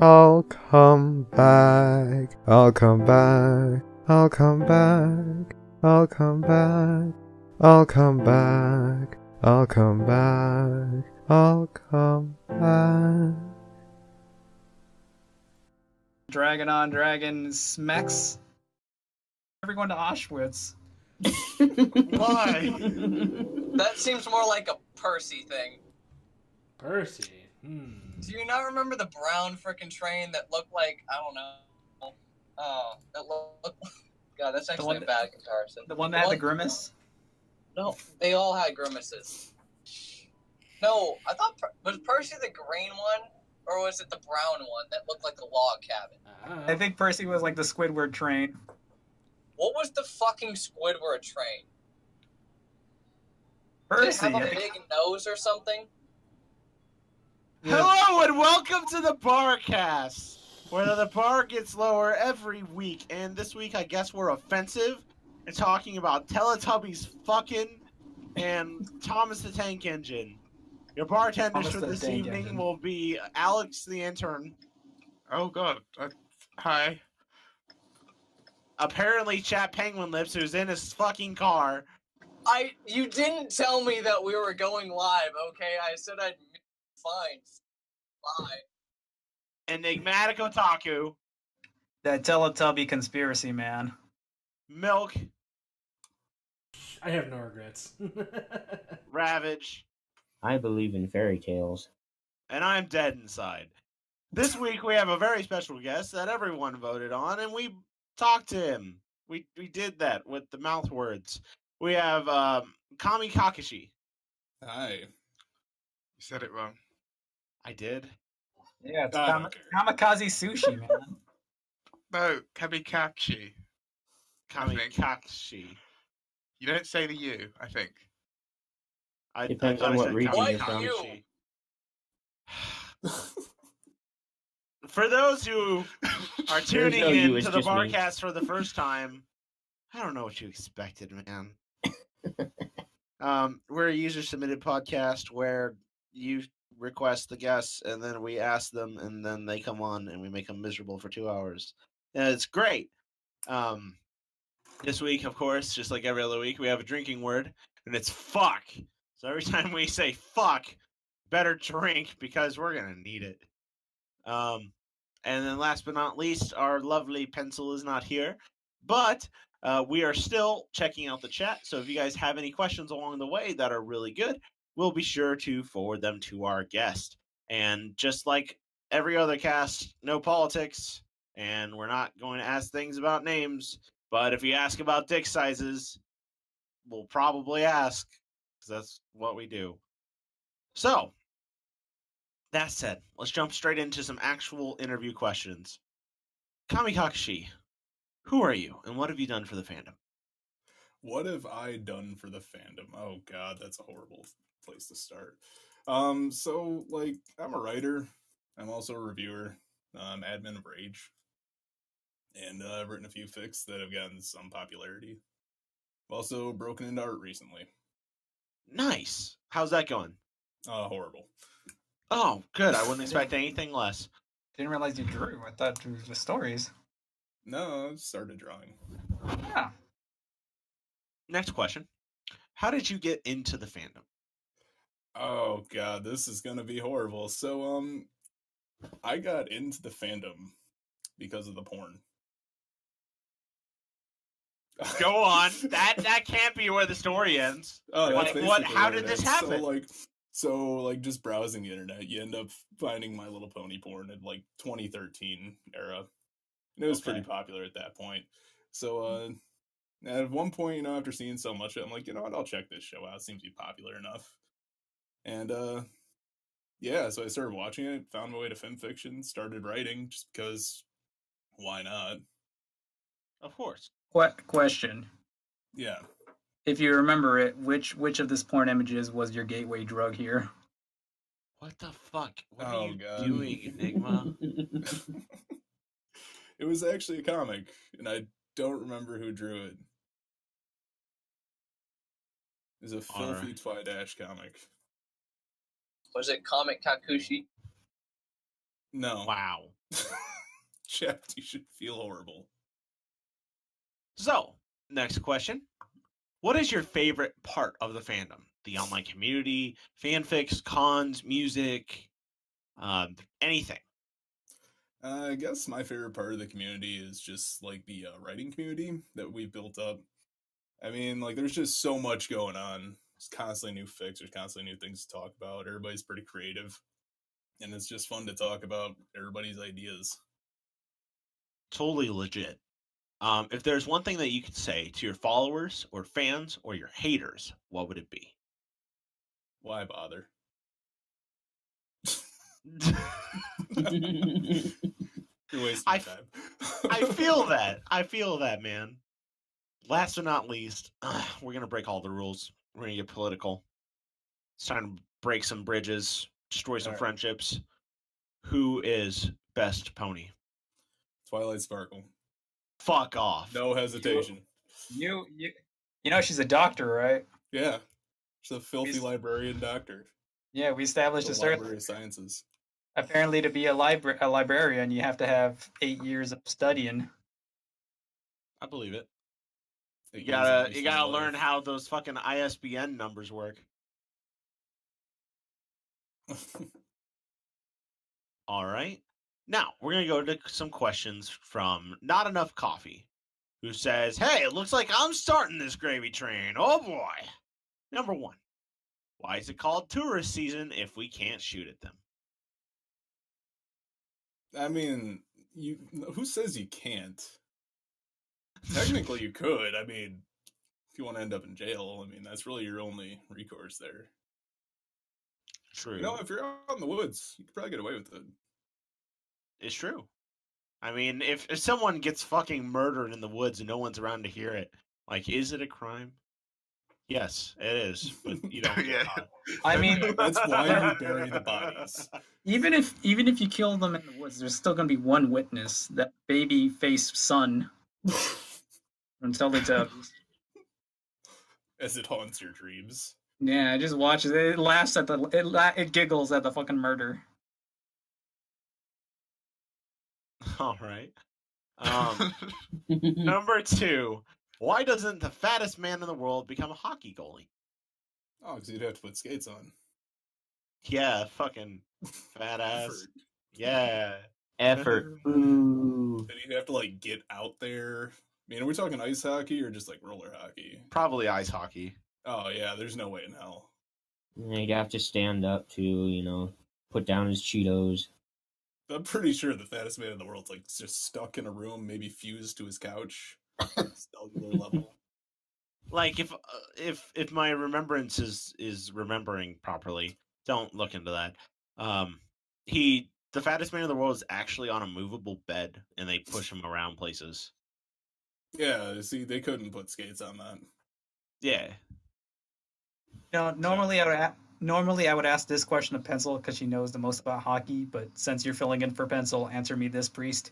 I'll come back. I'll come back. I'll come back. I'll come back. I'll come back. I'll come back. I'll come back. Dragon on Dragon smacks everyone to Auschwitz. Why? that seems more like a Percy thing. Percy. Hmm. Do you not remember the brown frickin' train that looked like I don't know? Uh, that looked. God, that's actually one a that- bad comparison. The one that had the grimace. No, they all had grimaces. No, I thought Per- was Percy the green one, or was it the brown one that looked like a log cabin? I don't know. I think Percy was like the Squidward train. What was the fucking Squidward train? Did it Percy. have a I think- big nose or something? Hello and welcome to the Barcast, where the bar gets lower every week. And this week, I guess we're offensive and talking about Teletubbies fucking and Thomas the Tank Engine. Your bartenders Thomas for the this Tank evening Engine. will be Alex the intern. Oh god. I, hi. Apparently, Chat Penguin Lips, who's in his fucking car. I you didn't tell me that we were going live, okay? I said I'd m- fine. Bye. Enigmatic Otaku, That Teletubby conspiracy man. Milk, I have no regrets. Ravage, I believe in fairy tales. and I'm dead inside. This week we have a very special guest that everyone voted on, and we talked to him. We we did that with the mouth words. We have um, Kami Kakashi. Hi. You said it wrong. I did. Yeah, it's I Kam- don't care. Uh, kamikaze sushi man. No, Kamikachi. Kami think- Kakashi. You don't say the U, I think. I, I Depends thought on I what said region Kami you're from. Kakashi. For those who are tuning no in you, it's to the just me. barcast for the first time, I don't know what you expected, man. um, we're a user submitted podcast where you request the guests and then we ask them and then they come on and we make them miserable for two hours. And it's great. Um, this week, of course, just like every other week, we have a drinking word and it's fuck. So every time we say fuck, better drink because we're going to need it. Um, and then last but not least, our lovely pencil is not here, but uh, we are still checking out the chat. So if you guys have any questions along the way that are really good, we'll be sure to forward them to our guest. And just like every other cast, no politics, and we're not going to ask things about names. But if you ask about dick sizes, we'll probably ask because that's what we do. So, that said, let's jump straight into some actual interview questions. Kamikakushi, who are you and what have you done for the fandom? What have I done for the fandom? Oh god, that's a horrible place to start. Um, so like I'm a writer. I'm also a reviewer. Um, admin of Rage, and uh, I've written a few fics that have gotten some popularity. I've also broken into art recently. Nice. How's that going? Uh, horrible. Oh, good. I wouldn't expect anything less. Didn't realize you drew. I thought you drew the stories. No, I've started drawing. Yeah. Next question. How did you get into the fandom? Oh god, this is gonna be horrible. So um, I got into the fandom because of the porn. Go on. That that can't be where the story ends. Oh, that's Like, what- basically how what did it this is. happen? So like, so like, just browsing the internet, you end up finding My Little Pony porn in like 2013 era, and it was pretty popular at that point. So uh, Mm. at one point, you know, after seeing so much, of it, I'm like, you know what, I'll check this show out. It seems to be popular enough, and uh, yeah, so I started watching it, found my way to fan fiction, started writing just because why not? Of course. Que- question: Yeah. If you remember it, which which of this porn images was your gateway drug here? What the fuck? What Oh, are you God. doing, Enigma? it was actually a comic, and I don't remember who drew it. It was a filthy Alright. Twi Dash comic. Was it Comic Kakushi? No, Oh. Wow. Jeff, you should feel horrible. So, next question. What is your favorite part of the fandom? The online community, fanfics, cons, music, um, anything. Uh, I guess my favorite part of the community is just like the uh, writing community that we've built up. I mean, like, there's just so much going on. There's constantly new fix. There's constantly new things to talk about. Everybody's pretty creative, and it's just fun to talk about everybody's ideas. Totally legit. Um, if there's one thing that you could say to your followers or fans or your haters, what would it be? Why bother? You're wasting I my f- time. I feel that. I feel that, man. Last but not least, we're gonna break all the rules. We're gonna get political. It's time to break some bridges, destroy some Alright. friendships. Who is best pony? Twilight Sparkle. Fuck off. No hesitation. You you you know she's a doctor, right? Yeah. She's a filthy He's- librarian doctor. Yeah, we established The this earlier. Library of Sciences. Apparently, to be a libra- a librarian, you have to have eight years of studying. I believe it. You It gives gotta nice you gotta life. learn how those fucking ISBN numbers work. All right. Now we're gonna go to some questions from Not Enough Coffee, who says, "Hey, it looks like I'm starting this gravy train. Oh boy!" Number one, why is it called tourist season if we can't shoot at them? I mean, you who says you can't? Technically you could. I mean, if you want to end up in jail, I mean, that's really your only recourse there. true. You know, if you're out in the woods, you could probably get away with it. it's true. I mean, if, if someone gets fucking murdered in the woods and no one's around to hear it, like, is it a crime? Yes, it is. But you don't. get Yeah. caught. I mean, That's why we bury the bodies. even if even if you kill them in the woods, there's still gonna be one witness, that baby face son, until they tell. as it haunts your dreams. Yeah, it just watches. It It laughs at the. It la- it giggles at the fucking murder. All right. Um, Mm. Number two, why doesn't the fattest man in the world become a hockey goalie? Oh, because you'd have to put skates on. Yeah, fucking fat ass. Effort. Yeah. Effort. Ooh. Then you'd have to like get out there. I mean, are we talking ice hockey or just like roller hockey? Probably ice hockey. Oh yeah, there's no way in hell. Yeah, You'd have to stand up to, you know, put down his Cheetos. I'm pretty sure the fattest man in the world's like just stuck in a room, maybe fused to his couch, cellular level. Like if uh, if if my remembrance is is remembering properly, don't look into that. Um, he the fattest man in the world is actually on a movable bed, and they push him around places. Yeah, see, they couldn't put skates on that. Yeah, You know, normally I would a- normally I would ask this question of Pencil because she knows the most about hockey. But since you're filling in for Pencil, answer me this, priest.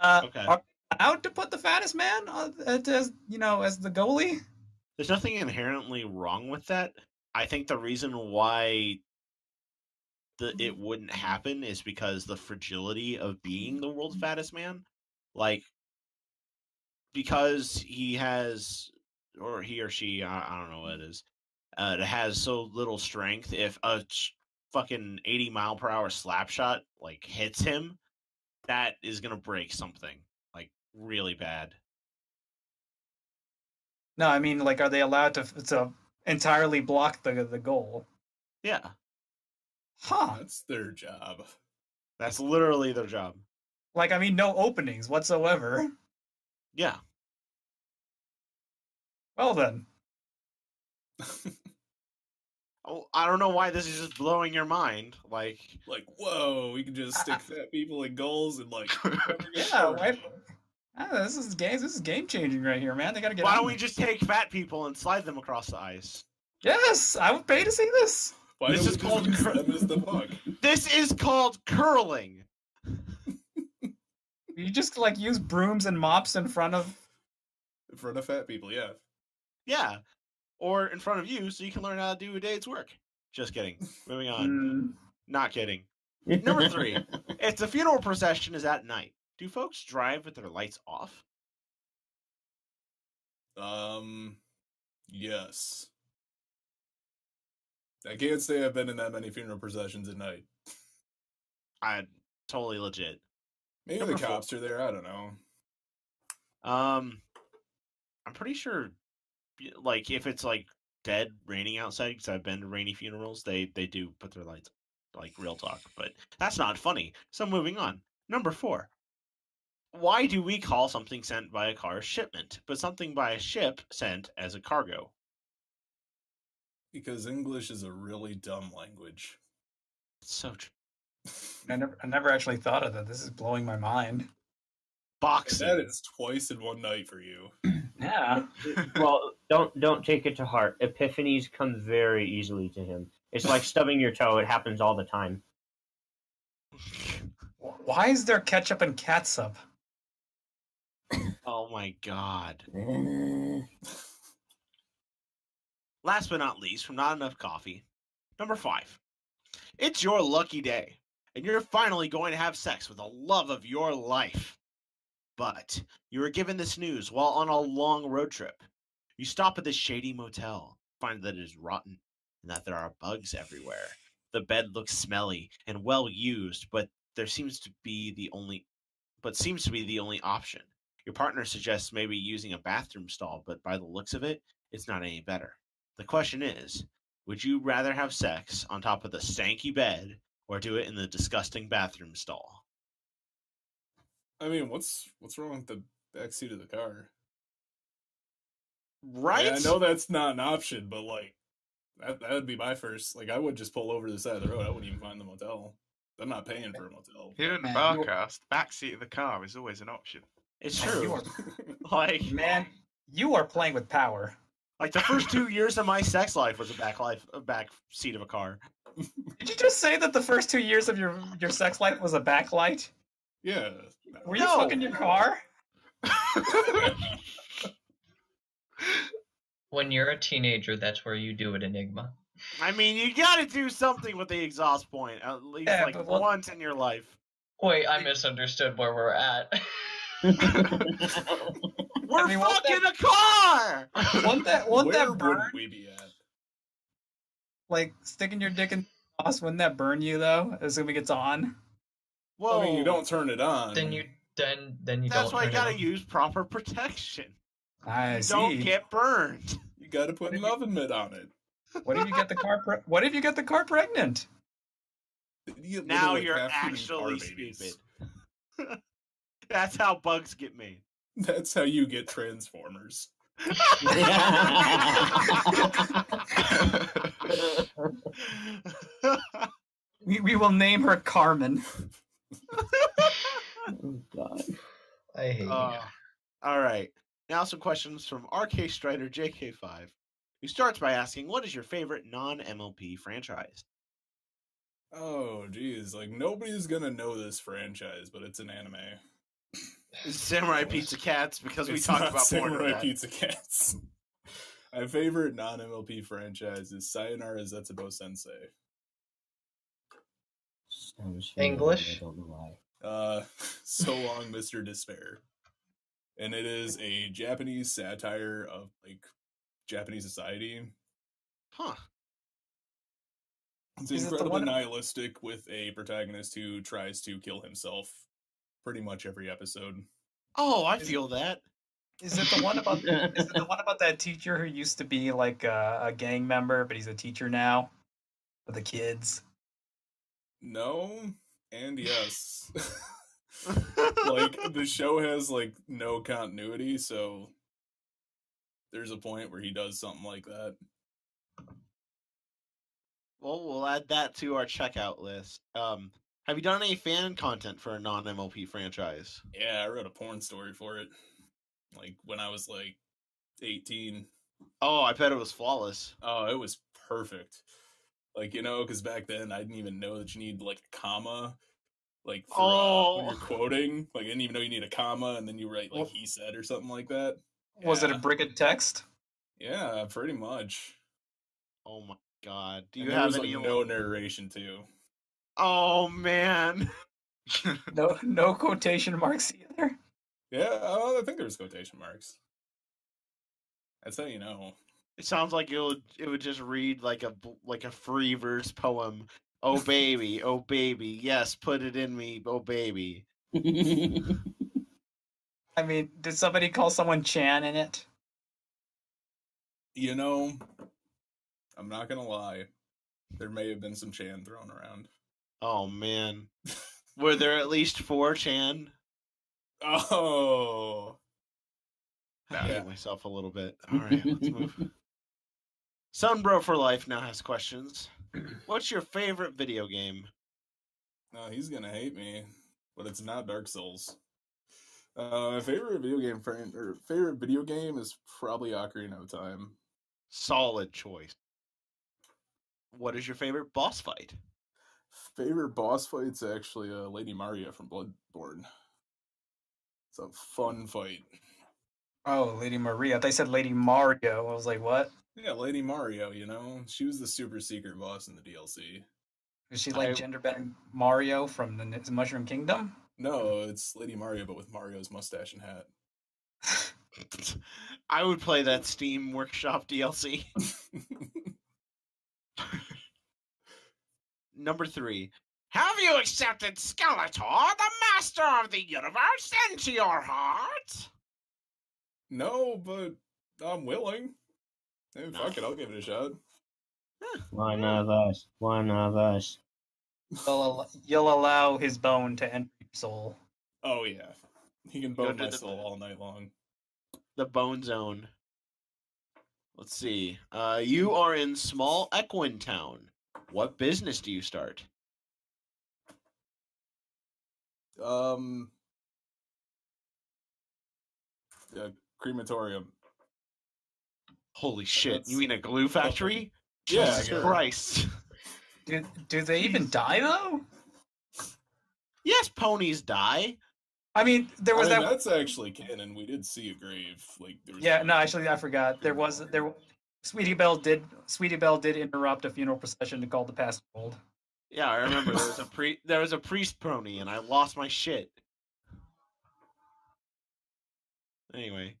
Uh, Okay. Are we allowed to put the fattest man on, as- as you know as the goalie? there's nothing inherently wrong with that. I think the reason why the it wouldn't happen is because the fragility of being the world's fattest man, like because he has or he or she I, I don't know what it is, uh, it has so little strength. If a ch- fucking eighty mile per hour slap shot like hits him, that is gonna break something like really bad. No, I mean like, are they allowed to f- to entirely block the the goal? Yeah, Huh? That's their job. that's literally their job. Like, I mean, no openings whatsoever. Yeah. Well then, Oh, I don't know why this is just blowing your mind. Like, like, whoa, we can just stick fat people in goals and like. yeah, why? Ah, this is game. This is game changing right here, man. They gotta get. why on don't it. we just take fat people and slide them across the ice? Yes, I would pay to see this. Why This don't is we just called use cur- them as the puck? This is called curling. You just like use brooms and mops in front of. in front of fat people. Yeah, Yeah, or in front of you, so you can learn how to do a day's work. Just kidding. Moving on. Mm, Not kidding. Number three. If the funeral procession is at night, do folks drive with their lights off? Um, yes. I can't say I've been in that many funeral processions at night. I totally legit. Maybe Number the four. cops are there. I don't know. Um, I'm pretty sure, y- like if it's like dead raining outside, because I've been to rainy funerals, they they do put their lights. Like real talk, but that's not funny. So moving on. Number four. Why do we call something sent by a car shipment, but something by a ship sent as a cargo? Because English is a really dumb language. It's so tr- Hmm. I never, I never actually thought of that. This is blowing my mind. boxing. That is twice in one night for you. Yeah. well, don't don't take it to heart. Epiphanies come very easily to him. It's like stubbing your toe. It happens all the time. Why is there ketchup and catsup? Oh my god. Last but not least, from Not Enough Coffee, number five. It's your lucky day, and you're finally going to have sex with the love of your life. But you are given this news while on a long road trip. You stop at this shady motel, find that it is rotten, and that there are bugs everywhere. The bed looks smelly and well used, but there seems to be the only but seems to be the only option. Your partner suggests maybe using a bathroom stall, but by the looks of it, it's not any better. The question is would you rather have sex on top of the stanky bed or do it in the disgusting bathroom stall? I mean, what's what's wrong with the back seat of the car? I mean, Right? I know that's not an option, but like that that would be my first. Like I would just pull over to the side of the road. I wouldn't even find the motel. I'm not paying for a motel. Here in Man, you- Barcast, backseat of the car is always an option. It's Man, you true. are, Like, man, you are playing with power. like the first two years of my sex life was a back life, a back seat of a car. Did you just say that the first two years of your your sex life was a backlight? yeah. Were you No. fucking your car? When you're a teenager, that's where you do it, Enigma. I mean, you got to do something with the exhaust point at least Yeah, like but what- once in your life. Wait, I misunderstood where we're at. We're mean, won't fucking a car. Won't that won't Where that would burn? we be at? Like sticking your dick in sauce, wouldn't that burn you though? Assuming it's on. Whoa! I mean, you don't turn it on. then you then then you That's don't. why you turn it gotta on. use proper protection. I You see. don't get burned. you got to put an oven mitt on it. What if you get the car? Pre- what if you get the car pregnant? You get Now literally you're half human car actually babies. stupid. That's how bugs get made. That's how you get Transformers. We, we will name her Carmen. Oh, God. I hate Uh, all right. Now some questions from RK Strider JK5, who starts by asking, "What is your favorite non-MLP franchise?" Oh, geez. Like, nobody's going to know this franchise, but it's an anime. Samurai Pizza Cats, because we It's talked not about porn. Samurai Pizza Cats. My favorite non MLP franchise is Sayonara Zetsubo Sensei. Sounds familiar, English? I don't know why. Uh, so long, Mr. Despair. And it is a Japanese satire of, like, Japanese society. Huh. Is It's it the incredibly one- nihilistic with a protagonist who tries to kill himself pretty much every episode. Oh, I feel that. Is it the one about? is it the one about that teacher who used to be like a, a gang member, but he's a teacher now for the kids? No and yes. like the show has like no continuity, so there's a point where he does something like that. Well, we'll add that to our checkout list. Um, have you done any fan content for a non-MLP franchise? Yeah, I wrote a porn story for it. Like when I was like 18. Oh, I bet it was flawless. Oh, it was perfect. Like, you know, because back then I didn't even know that you need like a comma. Like for uh, when Oh. you're quoting, like I didn't even know you need a comma, and then you write like Well- he said or something like that. Was it a Yeah. brick of text? Yeah, pretty much. Oh my god. Do And you there have was any like no like- narration too. Oh man. No, no quotation marks either. Yeah, oh, I think there's quotation marks. That's how you know. It sounds like it would it would just read like a b- like a free verse poem. Oh baby, oh baby, yes, put it in me, oh baby. I mean, did somebody call someone Chan in it? You know, I'm not gonna lie. There may have been some Chan thrown around. Oh man. Were there at least four Chan? Oh, I hate Yeah. myself a little bit. All right, let's move. Sunbro for life now has questions. What's your favorite video game? no, he's gonna hate me, but it's not Dark Souls. Uh, my favorite video game friend or favorite video game is probably Ocarina of Time. Solid choice. What is your favorite boss fight? Favorite boss fight's actually uh, Lady Maria from Bloodborne. It's a fun fight. Oh, Lady Maria. They said Lady Mario. I was like, what? Yeah, Lady Mario, you know, she was the super secret boss in the DLC. Is she I- like gender bending Mario from the N- Mushroom Kingdom? No, Mm-hmm. it's Lady Mario, but with Mario's mustache and hat. I would play that Steam Workshop DLC. Number three. Have you accepted Skeletor, the master of the universe, into your heart? no, but I'm willing. Hey, fuck it, I'll give it a shot. One of us. One of us. You'll, al- you'll allow his bone to enter your soul. Oh yeah, he can Go bone to my the- soul all night long. The Bone Zone. Let's see. Uh, you are in small Equin town. What business do you start? Um, uh, crematorium. Holy shit! That's- You mean a glue factory? Yeah, I Jesus guess. Christ! Do, do they even die, though? yes, ponies die. I mean, there I was mean, that. that's actually canon. We did see a grave. Like there was Yeah, a- no, actually, I forgot. There was there. Sweetie Belle did. Sweetie Belle did interrupt a funeral procession to call the past world. Yeah, I remember there was a pre there was a priest pony, and I lost my shit. Anyway,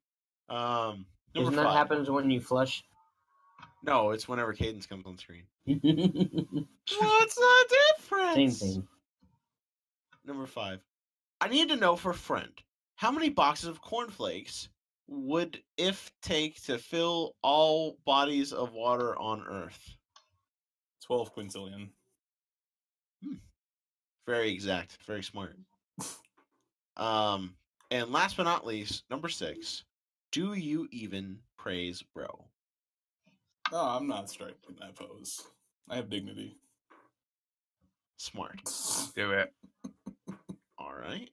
um, number Isn't that five. happens when you flush? No, it's whenever Cadence comes on screen. Same What's the difference? thing. Number five. I need to know for friend how many boxes of cornflakes would if take to fill all bodies of water on Earth? twelve quintillion. Very exact. Very smart. Um, and last but not least, number six. Do you even praise bro? No, Ah, I'm not striking that pose. I have dignity. Smart. Do it. All right.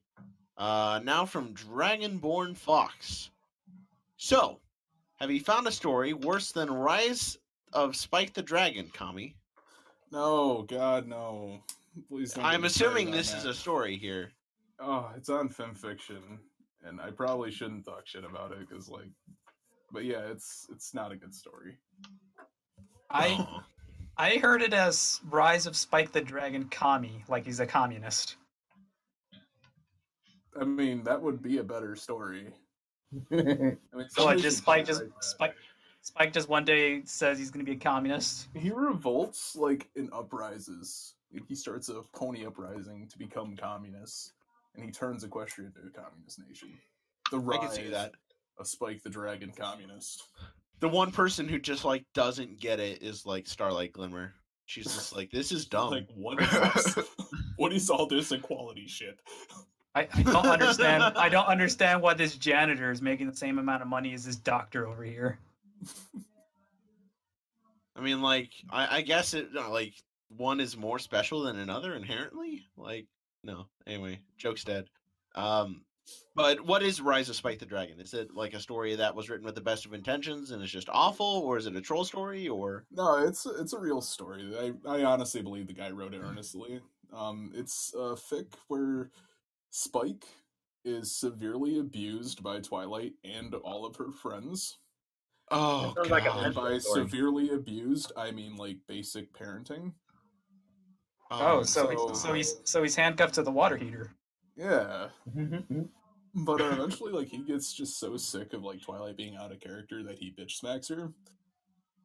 Uh, now from Dragonborn Fox. So, have you found a story worse than Rise of Spike the Dragon, Kami? No, God, no. Please. Don't get I'm me started assuming on this is that. a story here. Oh, it's on fanfiction, and I probably shouldn't talk shit about it because, like, but yeah, it's it's not a good story. I I heard it as Rise of Spike the Dragon Kami, like he's a communist. I mean, that would be a better story. I mean, So I somebody just should Spike just just write that. Spike Spike just one day says he's gonna be a communist. He revolts like and uprises. Like, He starts a pony uprising to become communist, and he turns Equestria into a communist nation. The I rise can see that. of Spike the Dragon communist. The one person who just like doesn't get it is like Starlight Glimmer. She's just like, this is dumb. Like what? Is this? what is all this equality shit? I, I don't understand. I don't understand why this janitor is making the same amount of money as this doctor over here. I mean, like, I, I guess it uh, like one is more special than another inherently. Like, no. Anyway, joke's dead. Um, but what is Rise of Spike the Dragon? Is it like a story that was written with the best of intentions and it's just awful, or is it a troll story? Or No, it's it's a real story. I, I honestly believe the guy wrote it earnestly. Um, it's a fic where Spike is severely abused by Twilight and all of her friends. oh sounds like a god, And Mental by story. severely abused, I mean like basic parenting. Oh, Um, so he's, so he's so he's handcuffed to the water heater. yeah. Mhm. But uh, eventually, like he gets just so sick of like Twilight being out of character that he bitch smacks her,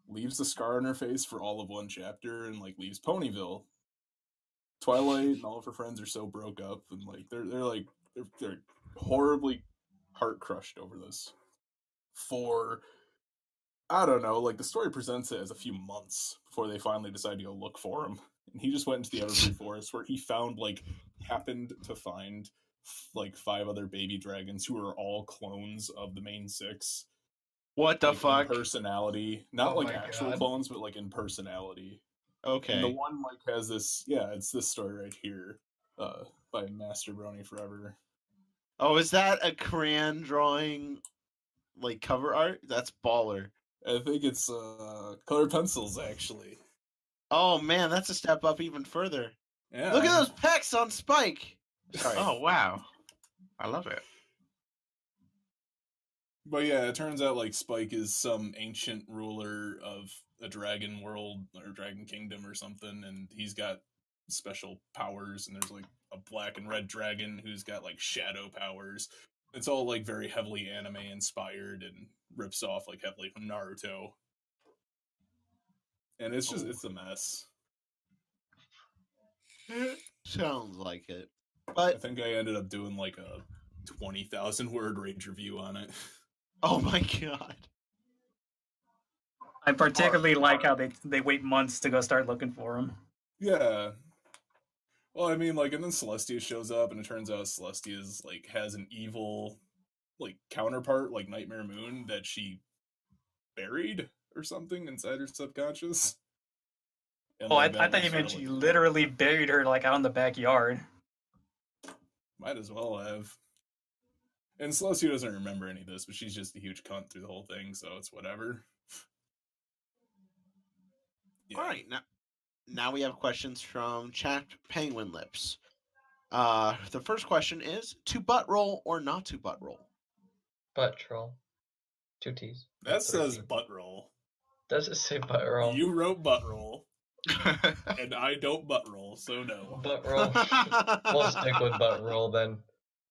leaves the scar on her face for all of one chapter, and like leaves Ponyville. Twilight and all of her friends are so broke up, and like they're they're like they're, they're horribly heart crushed over this. For I don't know, like the story presents it as a few months before they finally decide to go look for him, and he just went into the Evergreen Forest where he found like happened to find f- like five other baby dragons who are all clones of the main six. What the like, in fuck? Personality, not Oh like my actual God. clones, but like in personality. And the Okay. one like has this, yeah, it's this story right here, uh, by Master Brony Forever. Oh, is that a crayon drawing, like cover art? That's baller. I think it's uh, colored pencils actually. Oh man, that's a step up even further. Yeah. Look at those pecs on Spike. Sorry. Oh wow, I love it. But yeah, it turns out like Spike is some ancient ruler of a dragon world or dragon kingdom or something, and he's got special powers. And there's like a black and red dragon who's got like shadow powers. It's all like very heavily anime inspired and rips off like heavily from Naruto. And it's just it's a mess. Sounds like it. I But think I ended up doing like a twenty thousand word rage review on it. oh my god. I particularly like how they they wait months to go start looking for him. Yeah. Well, I mean, like, and then Celestia shows up, and it turns out Celestia's like has an evil, like counterpart, like Nightmare Moon, that she buried or something inside her subconscious. And, Oh, I, like, that I thought you was her, meant like- you literally buried her like out in the backyard. Might as well have. And Celestia doesn't remember any of this, but she's just a huge cunt through the whole thing, so it's whatever. Yeah. All right, now now we have questions from Chat Penguin Lips. Uh, the first question is to butt roll or not to butt roll. Butt troll. Two T's. That says Three. butt roll. Does it say butt roll? You wrote butt roll, and I don't butt roll, so no. Butt roll. we'll stick with butt roll then.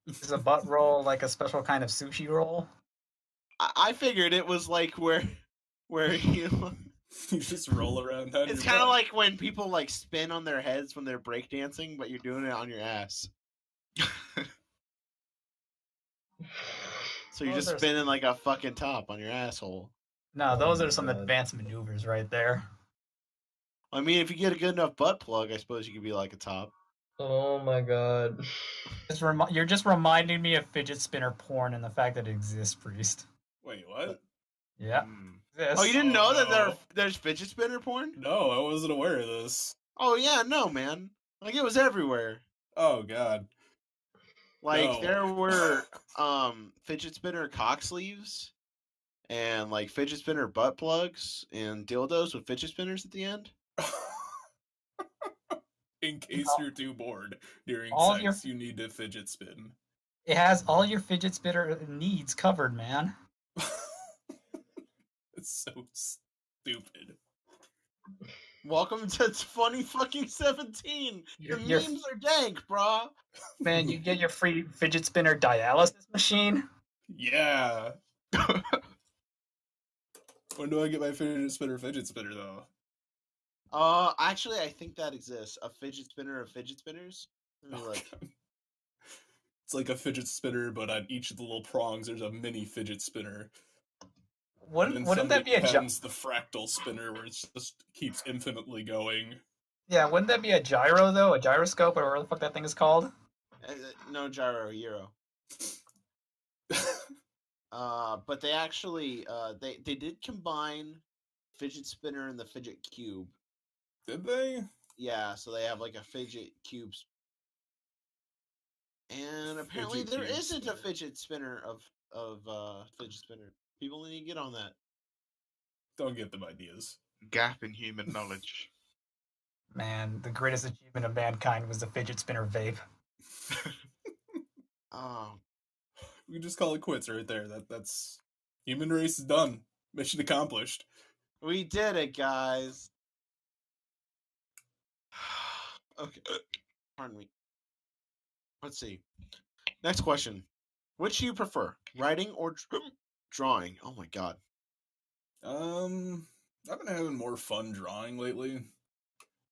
Is a butt roll like a special kind of sushi roll? I, I figured it was like where where you. you just roll around. On It's your kind of butt. like when people like spin on their heads when they're breakdancing, but you're doing it on your ass. So you're Those just are- spinning like a fucking top on your asshole. No, Oh those my are some God. advanced maneuvers right there. I mean, if you get a good enough butt plug, I suppose you could be like a top. Oh my god. Just remi- you're just reminding me of fidget spinner porn and the fact that it exists, Priest. Wait, what? Yeah. Mm. exists. Oh, you didn't Oh, know that there no. there's fidget spinner porn? No, I wasn't aware of this. Oh yeah, no man, like it was everywhere. Oh God. Like No. there were um fidget spinner cock sleeves and like fidget spinner butt plugs and dildos with fidget spinners at the end. In case you're too bored during All of your- sex, you need to fidget spin. It has all your fidget spinner needs covered, man. it's so stupid. Welcome to Funny Fucking Seventeen. The Your, your- memes are dank, brah. man, you get your free fidget spinner dialysis machine. Yeah. when do I get my fidget spinner? Fidget spinner though. Uh, actually, I think that exists. A fidget spinner of fidget spinners. Let me Oh, look. God. It's like a fidget spinner, but on each of the little prongs, there's a mini fidget spinner. And Wouldn't then wouldn't that be somebody a gi- pens the fractal spinner where it just keeps infinitely going. yeah? Wouldn't that be a gyro though? A gyroscope or whatever the fuck that thing is called? Uh, uh, No gyro, euro. Uh, but they actually uh they they did combine fidget spinner and the fidget cube. Did they? Yeah, so they have like a fidget cubes. And apparently Fidget there cube isn't a spinner. fidget spinner of of uh fidget spinner. People need to get on that. Don't get them ideas. Gap in human knowledge. Man, the greatest achievement of mankind was the fidget spinner vape. Oh, We can just call it quits right there. That that's human race is done. Mission accomplished. we did it, guys. Okay. uh, Pardon me. Let's see. Next question. Which do you prefer, writing or dr- drawing? Oh my god. Um, I've been having more fun drawing lately,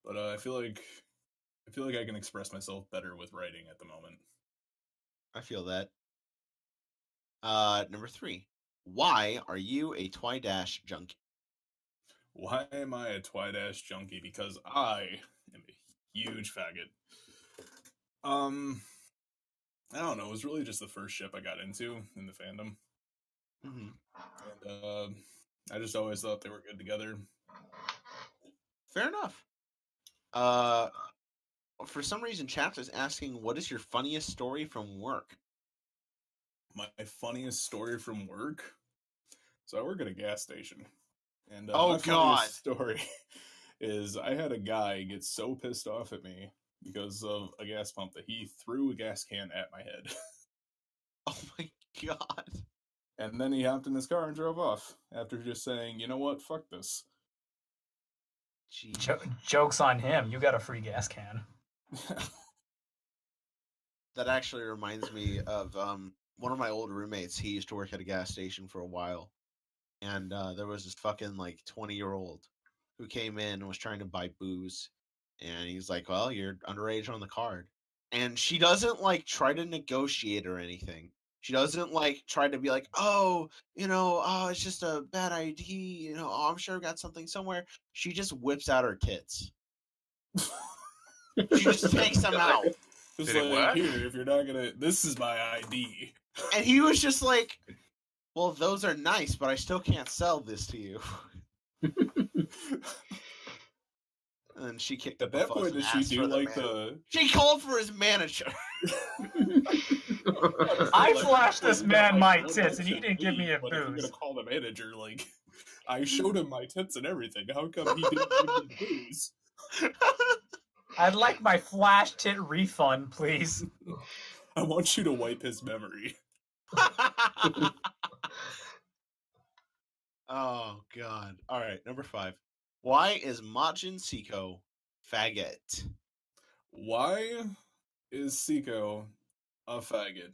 but uh, I feel like I feel like I can express myself better with writing at the moment. I feel that. Uh, number three. Why are you a Twidash junkie? Why am I a Twidash junkie? Because I am a huge faggot. Um, I don't know. It was really just the first ship I got into in the fandom, Mm-hmm. and uh, I just always thought they were good together. Fair enough. Uh, for some reason, Chaps is asking, "What is your funniest story from work?" My funniest story from work. So I work at a gas station, and uh, Oh, my funniest God. story is I had a guy get so pissed off at me because of a gas pump that he threw a gas can at my head. Oh my god. And then he hopped in his car and drove off after just saying, you know what, fuck this. Jeez. Jo- jokes on him. You got a free gas can. That actually reminds me of um one of my old roommates. He used to work at a gas station for a while, and uh, there was this fucking like twenty year old who came in and was trying to buy booze, and he's like, "Well, you're underage on the card," and she doesn't like try to negotiate or anything. She doesn't like try to be like, "Oh, you know, oh, it's just a bad ID," you know, "Oh, I'm sure I've got something somewhere." She just whips out her tits. She just takes them out. Just Did it work? Here, if you're not gonna, this is my ID. and he was just like, "Well, those are nice, but I still can't sell this to you." and she kicked up At a that fuss point, and did she asked do for the like man- the? She called for his manager. I like, flashed wait, this you man got, like, my one tits, and he option, didn't give me leave, a but if You're booze. gonna call the manager. Like, I showed him my tits and everything. How come he didn't give me booze? I'd like my flash tit refund, please. I want you to wipe his memory. oh God! All right, number five. Why is Majin Seiko faggot? Why is Seiko a faggot?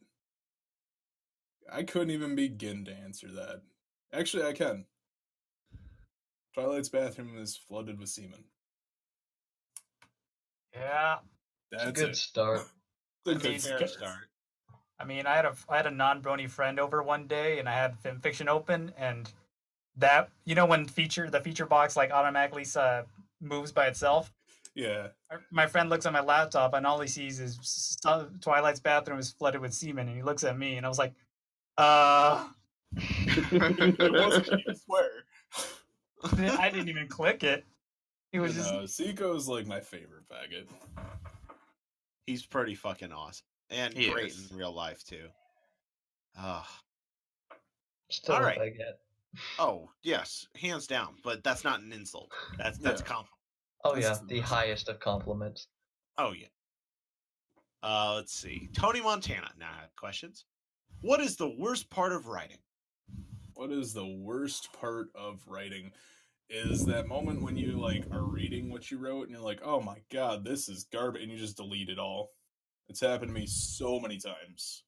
I couldn't even begin to answer that. Actually, I can. Twilight's bathroom is flooded with semen. Yeah. It's a That's good it. start. It's I mean, start. just- I mean, I had a I had a non-brony friend over one day, and I had fanfiction open, and that you know when feature the feature box like automatically uh, moves by itself. Yeah. My friend looks at my laptop, and all he sees is stu- Twilight's bathroom is flooded with semen, and he looks at me, and I was like, "Uh, It wasn't, I swear. I didn't even click it." It was just No, Seiko's like my favorite faggot. He's pretty fucking awesome and He great is. in real life too. Ah. Still All a right. baguette. Oh, yes, hands down. But that's not an insult. That's that's a Yeah. compliment. Oh This yeah, is the the best. highest of compliments. Oh yeah. Uh, let's see. Tony Montana now had questions. What is the worst part of writing? What is the worst part of writing? Is that moment when you like are reading what you wrote and you're like, oh my god, this is garbage, and you just delete it all. It's happened to me so many times.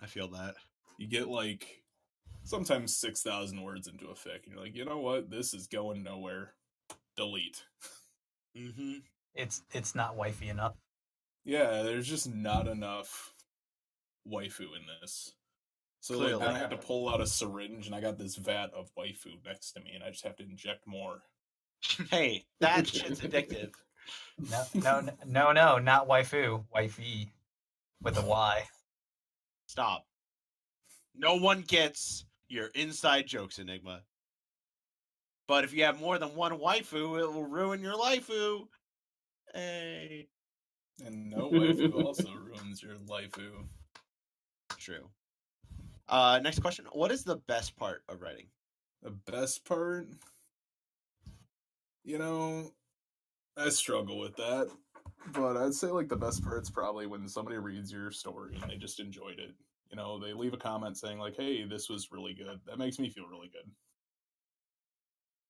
I feel that. You get like sometimes six thousand words into a fic, and you're like, you know what, this is going nowhere. Delete. Mm-hmm. it's it's not wifey enough. Yeah, there's just not enough waifu in this. So like, then I Clearly. had to pull out a syringe, and I got this vat of waifu next to me, and I just have to inject more. Hey, that shit's addictive. No, no, no, no, not waifu, wifey, with a Y. Stop. No one gets your inside jokes, Enigma. But if you have more than one waifu, it will ruin your lifeu. Hey. And no waifu also ruins your lifeu. True. Uh, next question. What is the best part of writing? The best part, you know, I struggle with that, but I'd say like the best part's probably when somebody reads your story and they just enjoyed it. You know, they leave a comment saying like, "Hey, this was really good." That makes me feel really good.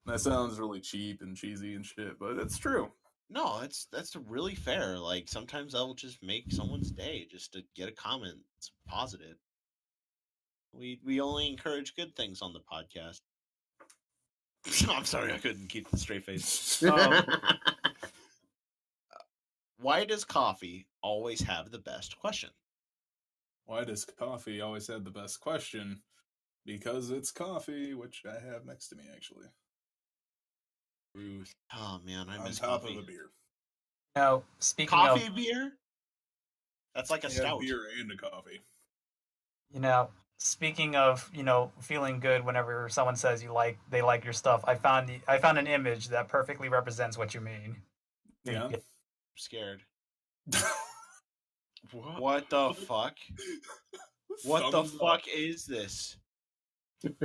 That sounds really cheap and cheesy and shit, but it's true. No, that's that's really fair. Like sometimes that'll just make someone's day just to get a comment. It's positive. We we only encourage good things on the podcast. I'm sorry, I couldn't keep the straight face. Um, Oh. Why does coffee always have the best question? Why does coffee always have the best question? Because it's coffee, which I have next to me actually. Ooh, Oh man, I on miss top coffee. of a beer. Now, speaking Coffee of, beer? That's like a I have stout. beer and a coffee. you know, speaking of, you know, feeling good whenever someone says you like they like your stuff, I found the, I found an image that perfectly represents what you mean. Yeah. I'm scared. What? What the fuck? What the Thumbs up. fuck is this? It's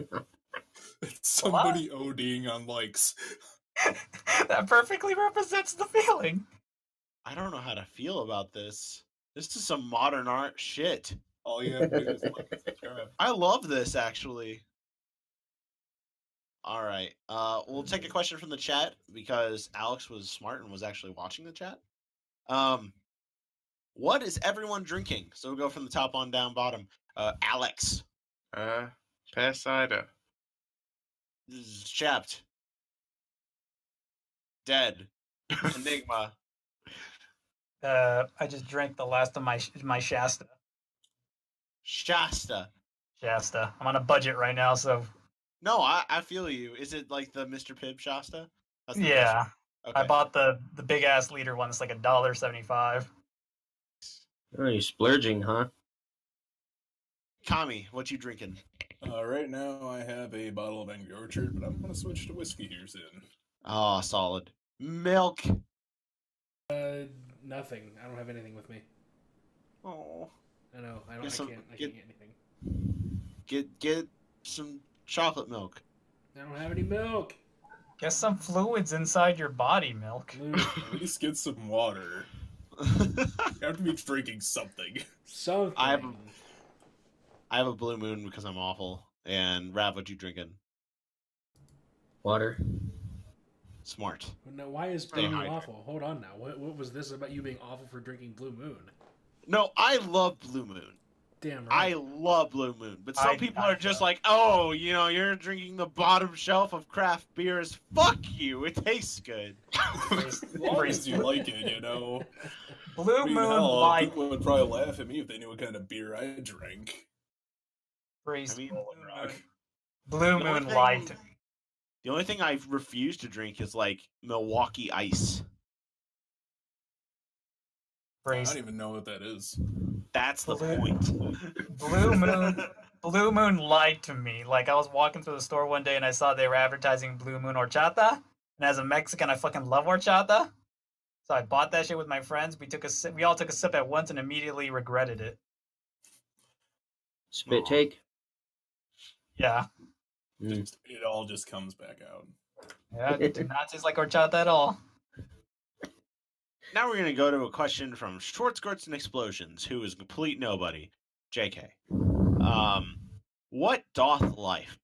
Somebody ODing on likes. that perfectly represents the feeling. I don't know how to feel about this. This is some modern art shit. All you have to do is like subscribe. I love this actually. All right. Uh, we'll take a question from the chat because Alex was smart and was actually watching the chat. Um, what is everyone drinking? So we'll go from the top on down bottom. Uh, Alex, Uh, pear cider. this is Chapped, Dead, Enigma. Uh, I just drank the last of my sh- my Shasta. Shasta. Shasta. I'm on a budget right now, so No, I, I feel you. Is it like the Mr. Pibb Shasta? That's the yeah. question. Okay. I bought the the big ass liter one. It's like a dollar seventy five. Oh, you splurging, huh? Kami, what you drinking? Uh, right now, I have a bottle of Angry Orchard, but I'm gonna switch to whiskey here soon. Oh, solid. Milk. Uh, nothing. I don't have anything with me. Oh. I know. I don't. Get some- I can't. I get- can't get anything. Get get some chocolate milk. I don't have any milk. Get some fluids inside your body, milk. Lou, At least get some water. You have to be drinking something. Something. I have a- I have a blue moon because I'm awful. And Rav, what you drinking? Water. Smart. Now, why is Stay Blue Moon hydrated. awful? Hold on now. What, what was this about you being awful for drinking Blue Moon? No, I love blue moon. Damn I right. love blue moon. But some I- people I are just know. like, oh, you know, you're drinking the bottom shelf of craft beers. Fuck you. It tastes good. as long as you like it, you know. Blue I mean, Moon hell, Light people would probably laugh at me if they knew what kind of beer I drank. Priest. I mean, Blue Rolling Rock. Moon- Blue The only Moon thing- Light. The only thing I refuse to drink is like Milwaukee Ice. I Priest. don't even know what that is. That's the Blue- point. Blue Moon. Blue Moon lied to me. Like I was walking through the store one day and I saw they were advertising Blue Moon horchata, and as a Mexican, I fucking love horchata. So I bought that shit with my friends. We took a sip, we all took a sip at once and immediately regretted it. Spit Aw. take. Yeah, Hmm. It all just comes back out. yeah, it did not taste like horchata at all. Now we're going to go to a question from Schwartzgurts and Explosions, who is a complete nobody. JK. Um, what doth life?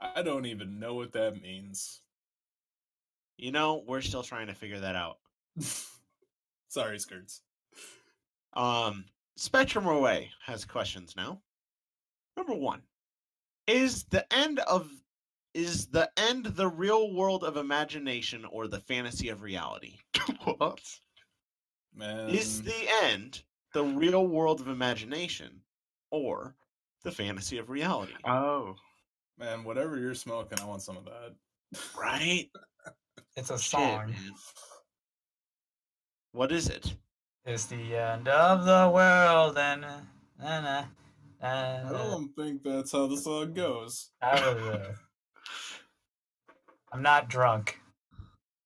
I don't even know what that means. You know, we're still trying to figure that out. Sorry, skirts. Um, Spectrum Away has questions now. Number one Is the end of. Is the end the real world of imagination or the fantasy of reality? what? Man, Is the end the real world of imagination or the fantasy of reality? Oh. man, whatever you're smoking, I want some of that. Right? It's a Shit, song. man. What is it? It's the end of the world and uh, and uh, and Oh. I uh, don't think that's how the song goes. I don't know. I'm not drunk.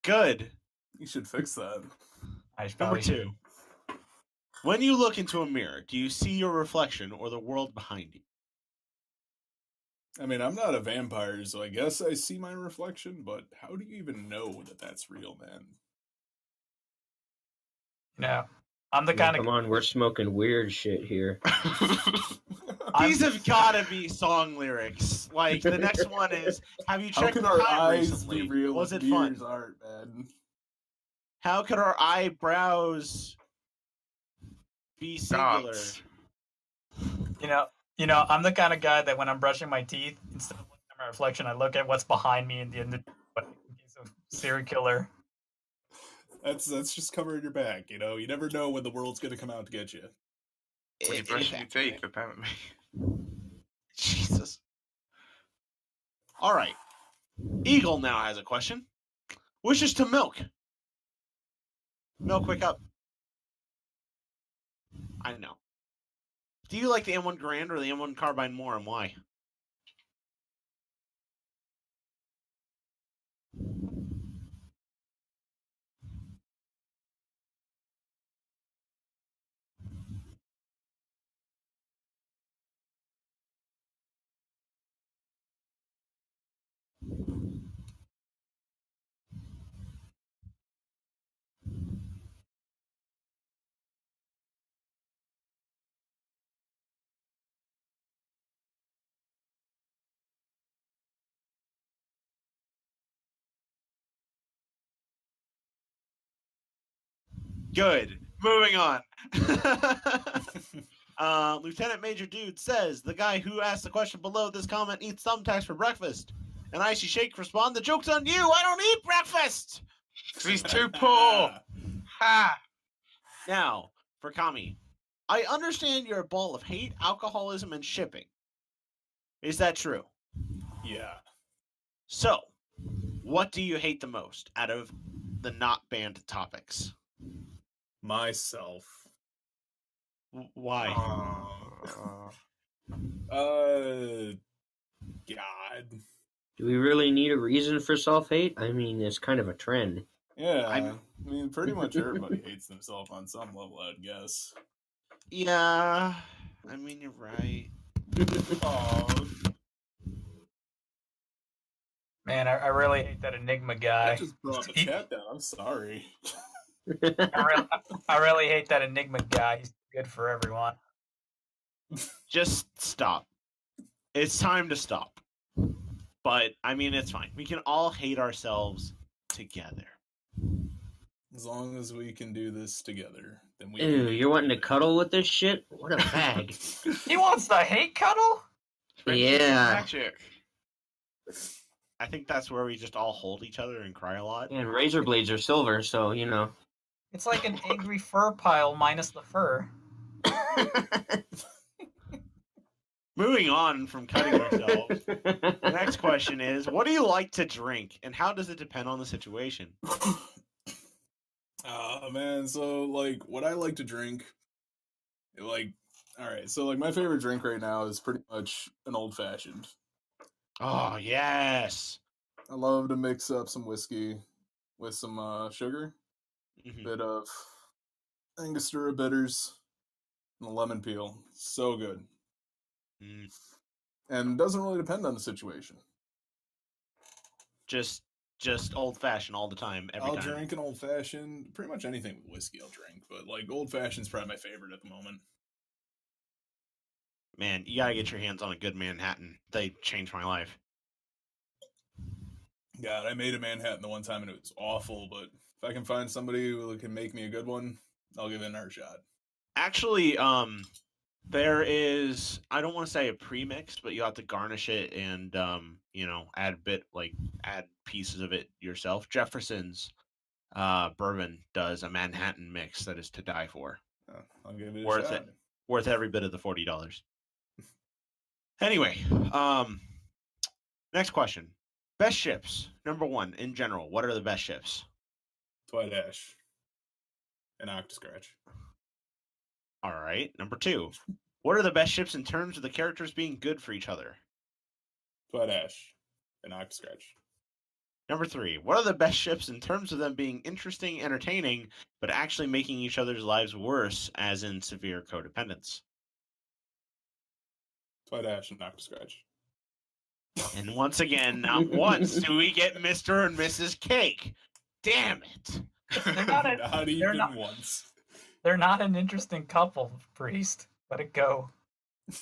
Good. You should fix that. I should Number probably two. When you look into a mirror, do you see your reflection or the world behind you? I mean, I'm not a vampire, so I guess I see my reflection, but how do you even know that that's real, man? No, I'm the Yeah, kind come of on, we're smoking weird shit here. I- These have gotta be song lyrics. Like the next one is, have you how checked can the our time eyes recently? be real? Was if it fun? beers aren't, man? How could our eyebrows be singular? Dots. You know, you know, I'm the kind of guy that when I'm brushing my teeth, instead of looking at my reflection, I look at what's behind me in the end of a serial killer. That's that's just covering your back. You know, you never know when the world's gonna come out to get you. When you're If- brushing your if- teeth, apparently. Jesus. All right. Eagle now has a question. Wishes to milk. Milk, wake up. I know. Do you like the M1 Grand or the M1 Carbine more, and why? Good. Moving on. uh, Lieutenant Major Dude says the guy who asked the question below this comment eats thumbtacks for breakfast. And Icy Shake respond, "The joke's on you. I don't eat breakfast." 'Cause he's too poor. Ha! Now, for Kami, I understand you're a ball of hate, alcoholism, and shipping. Is that true? Yeah. So, what do you hate the most out of the not banned topics? Myself. W- Why? Aw. Uh. God. Do we really need a reason for self hate? I mean, it's kind of a trend. Yeah. I'm- I mean, pretty much everybody hates themselves on some level, I'd guess. Yeah, I mean you're right. Aw, Man, I, I really hate that Enigma guy. that just brought the cat down. I'm sorry. I really, I really hate that Enigma guy. He's good for everyone. Just stop. It's time to stop. But I mean it's fine. We can all hate ourselves together. As long as we can do this together, then we. Ew, you're wanting to cuddle with this shit? What a bag. He wants the hate cuddle? Friendship is Yeah. Magic. I think that's where we just all hold each other and cry a lot. and razor blades are silver, so, you know. It's like an angry fur pile minus the fur. Moving on from cutting ourselves. The next question is what do you like to drink and how does it depend on the situation? Oh man, so like what I like to drink like all right, so like my favorite drink right now is pretty much an old fashioned. Oh yes. I love to mix up some whiskey with some uh sugar, a Mhm. bit of Angostura bitters and a lemon peel. So good. Mm, And doesn't really depend on the situation. Just just old fashioned all the time, every I'll time. drink an old fashioned, pretty much anything with whiskey I'll drink, but like old fashioned's probably my favorite at the moment. Man, you gotta get your hands on a good Manhattan. They changed my life. God, I made a Manhattan the one time and it was awful, but if I can find somebody who can make me a good one, I'll give it another shot. Actually, um, there is I don't want to say a premix, but you have to garnish it and um, you know, add bit like add pieces of it yourself. Jefferson's uh bourbon does a Manhattan mix that is to die for. Uh, I'll give it a Worth shot. it. Worth every bit of the forty dollars. Anyway, um next question. Best ships. Number one, in general, what are the best ships? Twilight Ash. And Octoscratch. All right. Number two, what are the best ships in terms of the characters being good for each other? Twilight Ash. And Octoscratch. Number three, what are the best ships in terms of them being interesting, entertaining, but actually making each other's lives worse, as in severe codependence? Twilight Ash and Octoscratch. And once again, not once do we get Mr. and Mrs. Cake. Damn it. They're not, a, Not even they're not- once. they're not an interesting couple, priest. Let it go.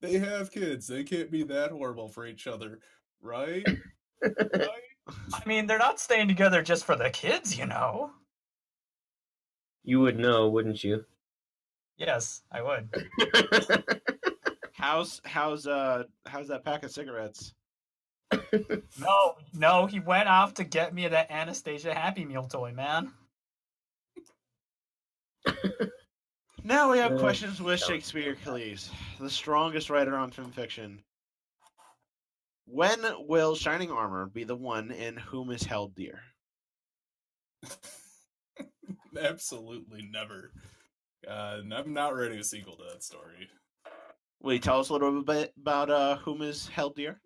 They have kids. They can't be that horrible for each other, right? right? I mean, they're not staying together just for the kids, you know. You would know, wouldn't you? Yes, I would. How's how's uh how's that pack of cigarettes? No, no, he went off to get me that Anastasia Happy Meal toy, man. Now we have Uh, questions with that was- Shakespeare Cleese, the strongest writer on film fiction. When will Shining Armor be the one in whom is held dear? Absolutely never. Uh, and I'm not writing a sequel to that story. Will you tell us a little bit about uh whom is held dear?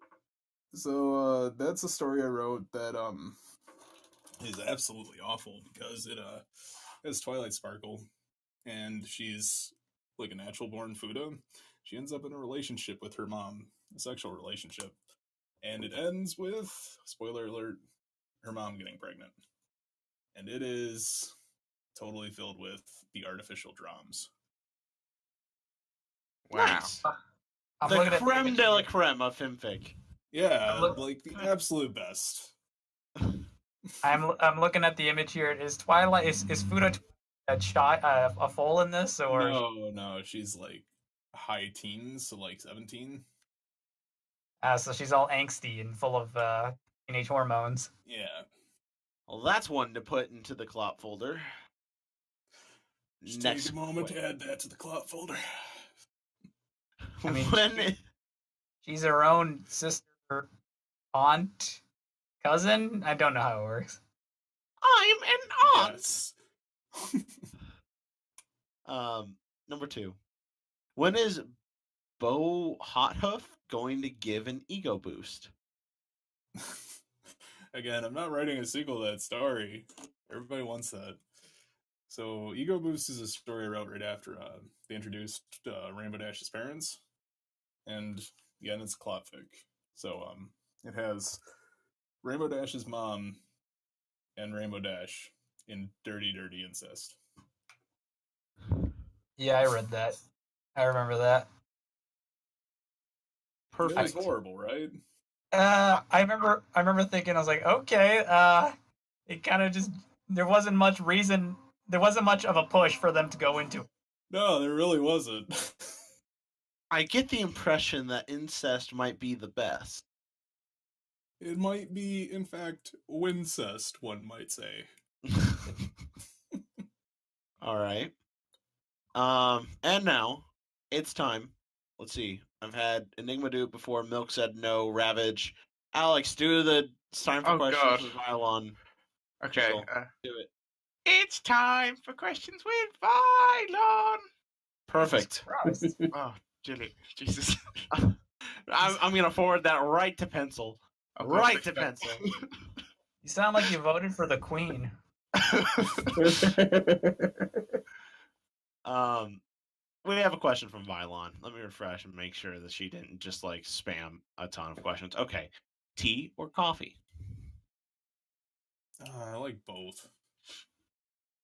So uh, that's a story I wrote that um is absolutely awful because it uh has Twilight Sparkle, and she's like a natural born fuda. She ends up in a relationship with her mom, a sexual relationship, and it ends with spoiler alert: her mom getting pregnant, and it is totally filled with the artificial drums. Nice. I'm The looking at creme image de la here. creme of fanfic. Yeah, look- like the absolute best. I'm I'm looking at the image here. Is Twilight is is Fuda a child uh, a foal in this or No, no, she's like high teens, so like seventeen. uh, so she's all angsty and full of uh, teenage hormones. Yeah. Well, that's one to put into the clop folder. Just Next take a moment que- to add that to the cloud folder. I mean, when i- She's her own sister, aunt, cousin. I don't know how it works. I'm an aunt. Yes. Um, number two. When is Bo Hot Hoof going to give an ego boost? Again, I'm not writing a sequel to that story. Everybody wants that. So, Ego Boost is a story I wrote right after uh, they introduced uh, Rainbow Dash's parents. And yeah, and it's Klopfic. So, um, it has Rainbow Dash's mom and Rainbow Dash in dirty, dirty incest. Yeah, I read that. I remember that. It was Perfect. horrible, right? Uh, I remember. I remember thinking. I was like, okay. Uh, it kind of just there wasn't much reason. There wasn't much of a push for them to go into. it. No, there really wasn't. I get the impression that incest might be the best. it might be, in fact, wincest, one might say. All right. Um, and now it's time. Let's see. I've had Enigma do it before. Milk said no. Ravage. Alex, do the it's time for Oh, questions God. with Vylon. Okay. Sure. Uh, Do it. it's time for questions with Vylon. Perfect. Oh, Jilly. Jesus. I'm, I'm gonna forward that right to pencil. I'll right post to it back. pencil. You sound like you voted for the queen. Um, we have a question from Vylon. Let me refresh and make sure that she didn't just like spam a ton of questions. Okay, tea or coffee? Uh, I like both.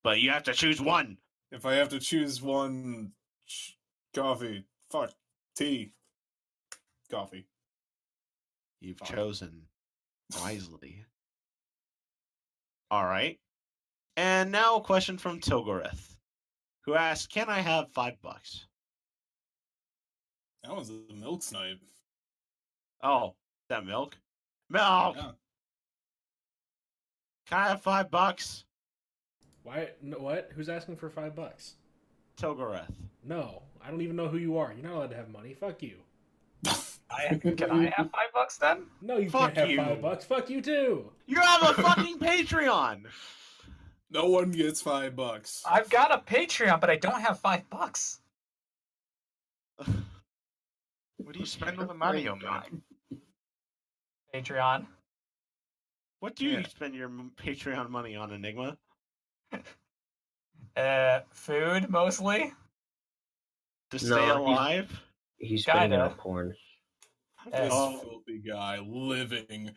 But you have to choose one. If I have to choose one, sh- coffee, fuck, tea, coffee. You've Coffee. chosen wisely. All right. And now a question from Tilgareth, who asks, "Can I have five bucks?" That was a milk snipe. Oh, is that milk. Milk. Yeah. Can I have five bucks, Why? No, what? Who's asking for five bucks? Tilgareth? No, I don't even know who you are. You're not allowed to have money. Fuck you. I, can I have five bucks then? No, you Fuck can't have you. five bucks. Fuck you too. You have a fucking Patreon. No one gets five bucks. I've got a Patreon, but I don't have five bucks. What do you spend all the money on, man? Patreon. What do you Yeah. spend your m- Patreon money on, Enigma? Uh, food mostly. To No, stay he's- alive? He's spitting Kinda. out porn. This Oh. filthy guy living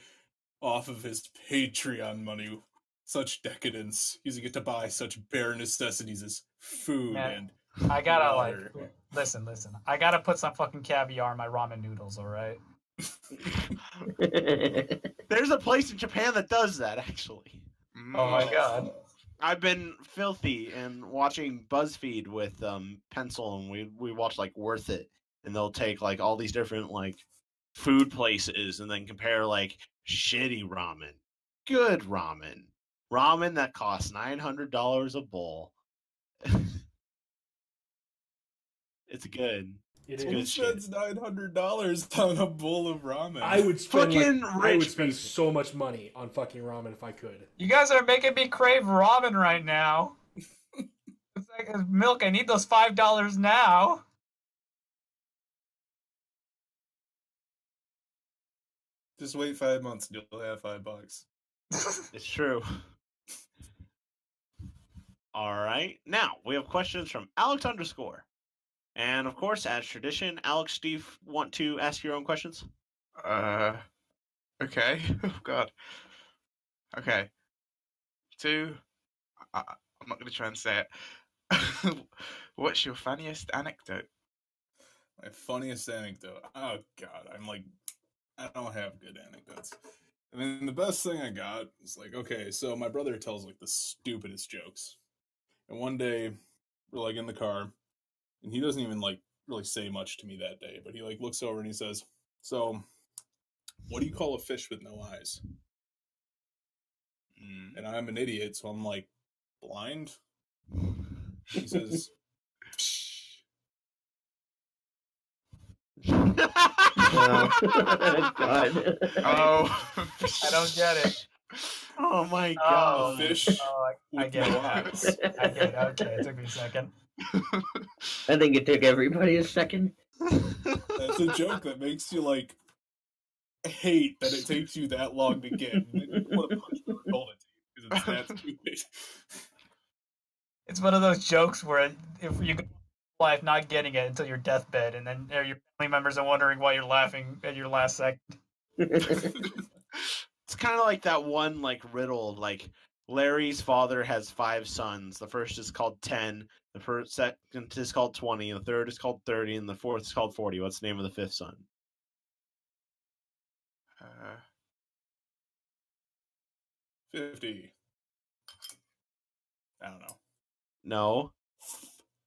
off of his Patreon money. Such decadence. Using it to buy such bare necessities as food Yeah. and I gotta water. like listen, listen. I gotta put some fucking caviar in my ramen noodles, all right? There's a place in Japan that does that actually. Oh my god. I've been filthy and watching BuzzFeed with um Pencil, and we we watch like Worth It, and they'll take like all these different like food places and then compare like shitty ramen, good ramen, ramen that costs nine hundred dollars a bowl. it's good. It It's good Who is. shit. spends nine hundred dollars on a bowl of ramen? I would spend like- Fucking I would rich spend people. so much money on fucking ramen if I could. You guys are making me crave ramen right now. it's like uh, milk. I need those five dollars now. just wait five months. and You'll have five bucks. It's true. All right. Now we have questions from Alex underscore. And of course, as tradition, Alex, do you f- want to ask your own questions? Uh, okay. Oh God. Okay. Two. I, I- I'm not going to try and say it. What's your funniest anecdote? My funniest anecdote. Oh god, I'm like I don't have good anecdotes. I mean the best thing I got is like, okay, so my brother tells like the stupidest jokes. And one day we're like in the car and he doesn't even like really say much to me that day, but he like looks over and he says, So what do you call a fish with no eyes? Mm. And I'm an idiot, so I'm like, blind? He says, God. Oh. I don't get it. oh my Oh, god. fish Oh, I, I with get no it. eyes. I get it. Okay, it took me a second. I think it took everybody a second. Hmm. That's a joke that makes you like hate that it takes you that long to get. And then you want to punch the adult in the teeth 'cause it's that stupid. It's one of those jokes where if you go through life not getting it until your deathbed, and then uh, your family members are wondering why you're laughing at your last second. It's kind of like that one like riddle like Larry's father has five sons. The first is called 10, the first second is called 20, the third is called 30, and the fourth is called 40. What's the name of the fifth son? Uh, Fifty. I don't know. No.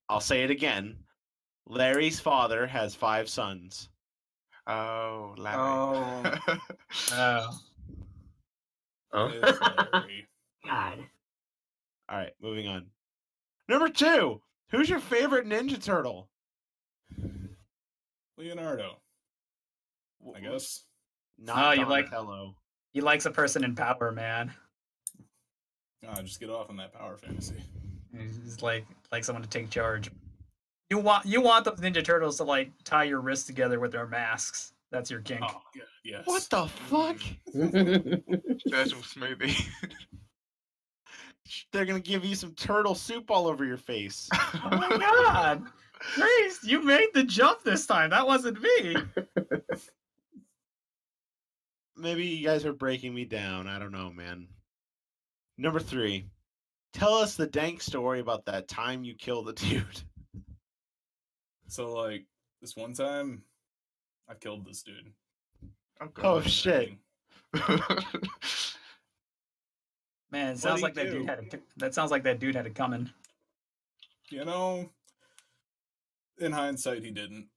I'll say it again. Larry's father has five sons. oh, Larry. Oh. Oh. It's Oh. Larry. God. All right, moving on. Number two. Who's your favorite Ninja Turtle? Leonardo, I guess. Not Oh, you like- Donatello. He likes a person in power, man. Ah, just get off on that power fantasy. He's like like someone to take charge. You want you want those Ninja Turtles to like tie your wrists together with their masks. That's your kink. Oh, yeah, yes. What the Mm-hmm. fuck? Turtle smoothie. They're gonna give you some turtle soup all over your face. Oh my god! Grace, you made the jump this time. That wasn't me. Maybe you guys are breaking me down. I don't know, man. Number three. Tell us the dank story about that time you killed the dude. So like this one time, I killed this dude. Oh, Oh God. shit. Man, it sounds do like you that dude do? had a, that sounds like that dude had it coming. You know, in hindsight, he didn't.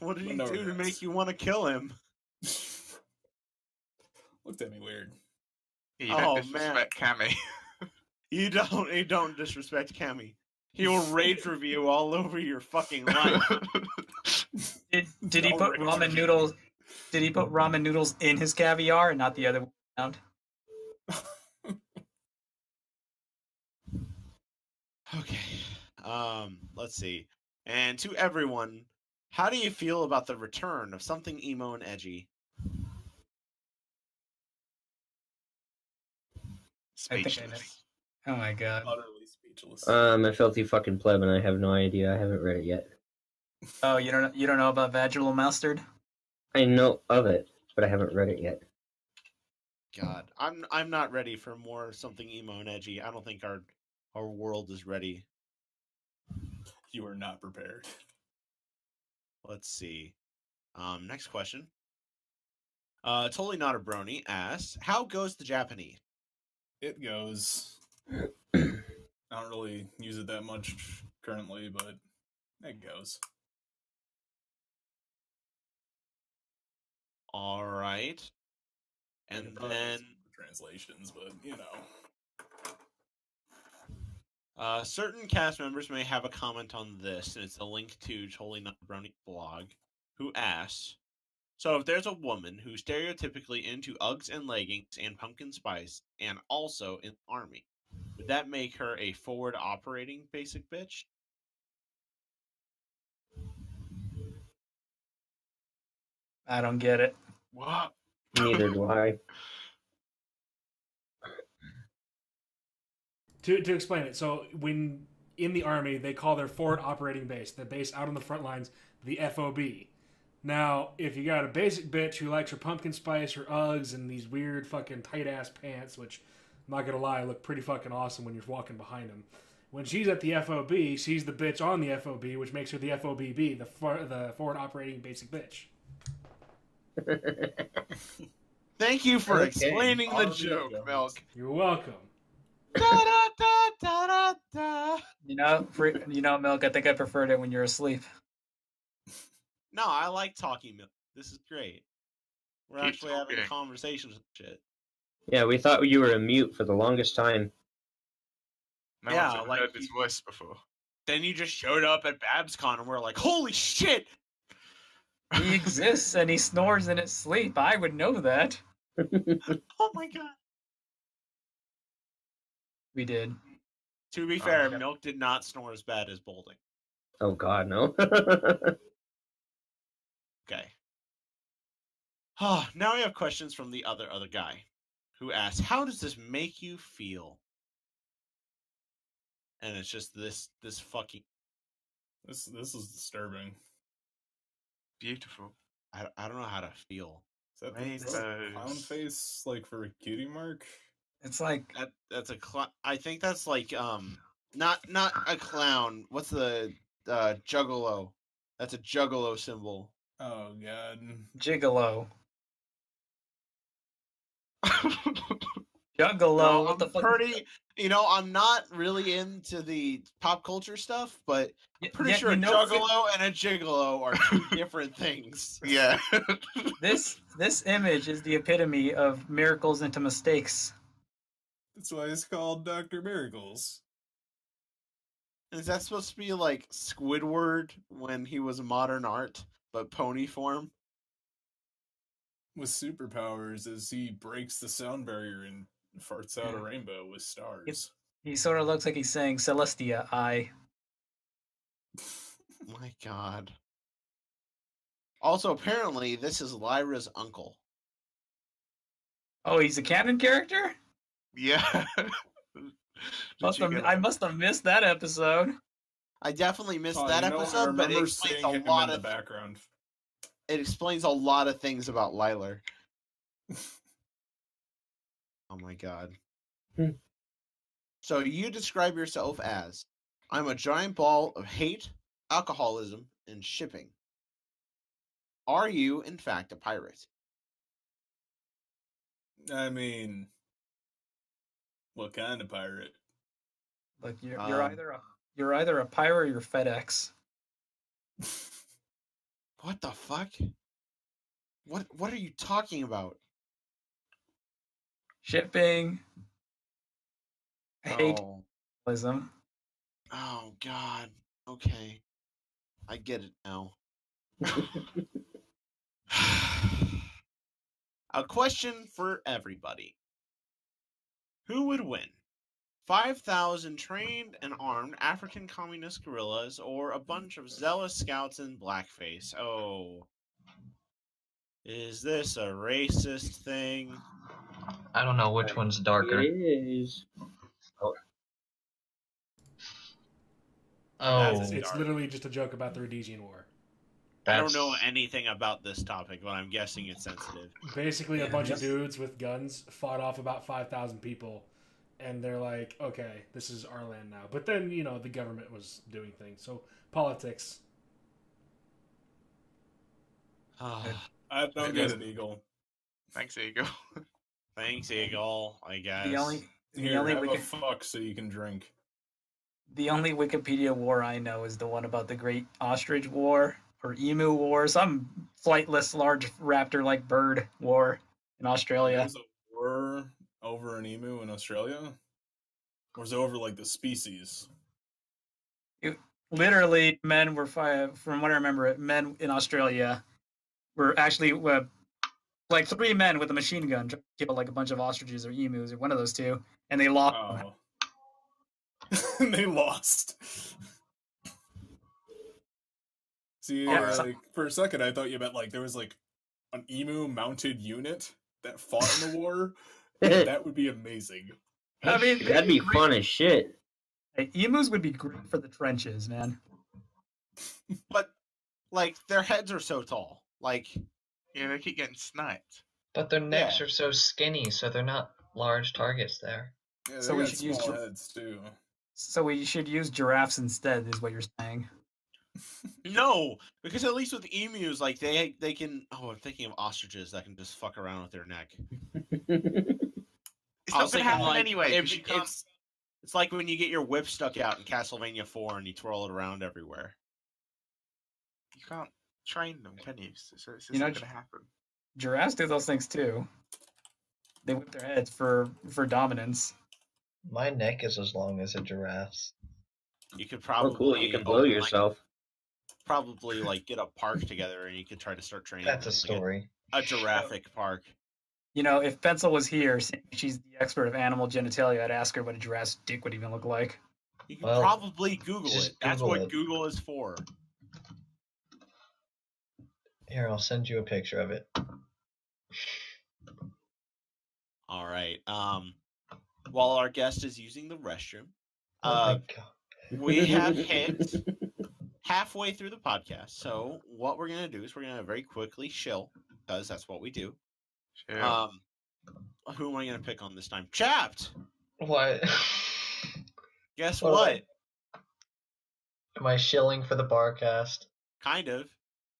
What did he No do to regrets. make you want to kill him? Looked at me weird. you Oh, don't disrespect Cammy. You don't you don't disrespect Cammy. He will rage review all over your fucking life. Did did he Don't put worry. ramen noodles? Did he put ramen noodles in his caviar and not the other way around? Okay. Um, let's see. And to everyone, how do you feel about the return of something emo and edgy? I think I know. Speechless. Oh my god! Utterly speechless. I'm a filthy fucking pleb, and I have no idea. I haven't read it yet. Oh, you don't you don't know about vaginal mustard? I know of it, but I haven't read it yet. God, I'm I'm not ready for more something emo and edgy. I don't think our our world is ready. you are not prepared. Let's see. Um, next question. Uh, totally not a brony asks, how goes the Japanese? It goes. I don't really use it that much currently, but it goes. All right. I And could probably do then some translations, but you know, uh, certain cast members may have a comment on this, and it's a link to Totally Not a Brony blog, who asks, so if there's a woman who's stereotypically into Uggs and leggings and pumpkin spice and also in the army, would that make her a forward operating basic bitch? I don't get it. What? Neither do I. To, to explain it, so when in the army, they call their forward operating base, the base out on the front lines, the FOB. Now, if you got a basic bitch who likes her pumpkin spice, her Uggs, and these weird fucking tight ass pants, which I'm not gonna lie, look pretty fucking awesome when you're walking behind them. When she's at the FOB, she's the bitch on the FOB, which makes her the FOBB, the for, the forward operating basic bitch. Thank you for Okay. explaining the Army joke, goes. Milk. You're welcome. da, da, da, da, da, da. You know, fr- you know, milk. I think I preferred it when you were asleep. No, I like talking milk. This is great. We're Keep actually having talking. conversations and shit. Yeah, we thought you were a mute for the longest time. No Yeah, one's ever like heard this you- voice before. Then you just showed up at BabsCon and we're like, holy shit! He exists and he snores in his sleep. I would know that. Oh my god. We did. To be Oh, fair, shit. Milk did not snore as bad as Bolding. Oh God, no. Okay. Ah, now we have questions from the other other guy, who asks, "How does this make you feel?" And it's just this this fucking this this is disturbing. Beautiful. I, I don't know how to feel. Is that the is that the clown Rainbows. face like for a cutie mark? It's like That that's a cl- I think that's like um not not a clown. What's the uh juggalo? That's a juggalo symbol. Oh god. gigolo, juggalo. what the I'm fuck? pretty. You know, I'm not really into the pop culture stuff, but Y- pretty Eh, yeah, sure you a know, juggalo and a gigolo are two different things. yeah. This this image is the epitome of miracles into mistakes. That's why it's called Doctor Miracles. Is that supposed to be like Squidward when he was modern art, but pony form? With superpowers as he breaks the sound barrier and farts out a Yeah. rainbow with stars. He sort of looks like he's saying Celestia, I. My God. Also, apparently, this is Lyra's uncle. Oh, he's a canon character? yeah. Did Must you have, get I that? must have missed that episode. I definitely missed Oh, that you know, I episode, but it remember explains seeing a him in lot the of background. it explains a lot of things about Lyler. oh my god. Hmm. so you describe yourself as I'm a giant ball of hate, alcoholism, and shipping. Are you, in fact, a pirate? I mean, what kind of pirate? Look, you're, you're Um, either a you're either a pirate or you're FedEx. What the fuck? What what are you talking about? Shipping, hate Oh, capitalism. oh god. Okay. I get it now. a question for everybody Who would win? 5,000 trained and armed African communist guerrillas or a bunch of zealous scouts in blackface? Oh. Is this a racist thing? I don't know which one's darker. It is. Oh, That's- It's, it's literally just a joke about the Rhodesian War. I don't know that's- anything about this topic, but I'm guessing it's sensitive. basically a Yeah, bunch that's- of dudes with guns fought off about 5000 people and they're like okay this is our land now but then you know the government was doing things so politics Ah, I don't It get is. it, Eagle. Thanks, Eagle. Thanks, Eagle. I guess. The only The Here, only have we a can- fuck so you can drink. the only Wikipedia war I know is the one about the Great Ostrich War or Emu War, some flightless large raptor-like bird war in Australia. There's a war over an emu in Australia, or is it over like the species? literally men were fi- from what i remember it men in australia were actually uh, like three men with a machine gun trying to kill like a bunch of ostriches or emus or one of those two and they lost Oh, they lost. See, Yeah, uh, so- like, for a second, I thought you meant like there was like an emu mounted unit that fought in the war. and that would be amazing. I mean, That'd be fun as shit. Hey, emus would be great for the trenches man But like their heads are so tall. Like yeah, they keep getting sniped. But their necks Yeah. are so skinny, so they're not large targets there. Yeah, So so we we should use small gir- heads too. so we should use giraffes instead is what you're saying no, because at least with emus, like they they can. Oh, I'm thinking of ostriches that can just fuck around with their neck. It's I not was thinking, gonna happen like, anyway. 'cause if- you can't- it's, it's like when you get your whip stuck out in Castlevania 4 and you twirl it around everywhere. you can't train them, can you? So so it's just You know, not j- gonna happen. giraffes do those things too they whip their heads for for dominance My neck is as long as a giraffe's. You could Oh, probably cool. You can blow open, like- yourself. probably like get a park together and you could try to start training. That's a them, like, story. A, a giraffic park. you know if pencil was here since she's the expert of animal genitalia i'd ask her what a giraffe's dick would even look like You can Well, probably Google just it. That's Google what it. Google is for. Here, I'll send you a picture of it. All right. Um, while our guest is using the restroom, Oh uh, my god. we have hit halfway through the podcast. So what we're gonna do is we're gonna very quickly chill because that's what we do. Sure. Um, who am I gonna pick on this time? Chapped. What? Guess Well, what? Am I shilling for the barcast? Kind of.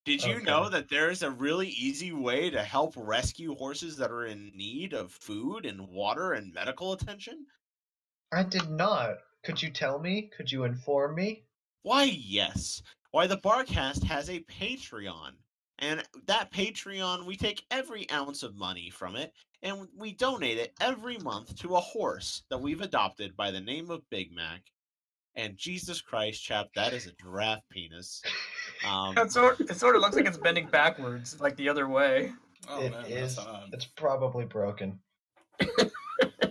Did you Okay. know that there is a really easy way to help rescue horses that are in need of food and water and medical attention? I did not. Could you tell me? Could you inform me? Why, yes. Why, the Barcast has a Patreon. And that Patreon, we take every ounce of money from it and we donate it every month to a horse that we've adopted by the name of Big Mac. And Jesus Christ, chap, that is a giraffe penis. Um, It sort, it sort of looks like it's bending backwards, like the other way. Oh It man, is- that's odd. It's probably broken.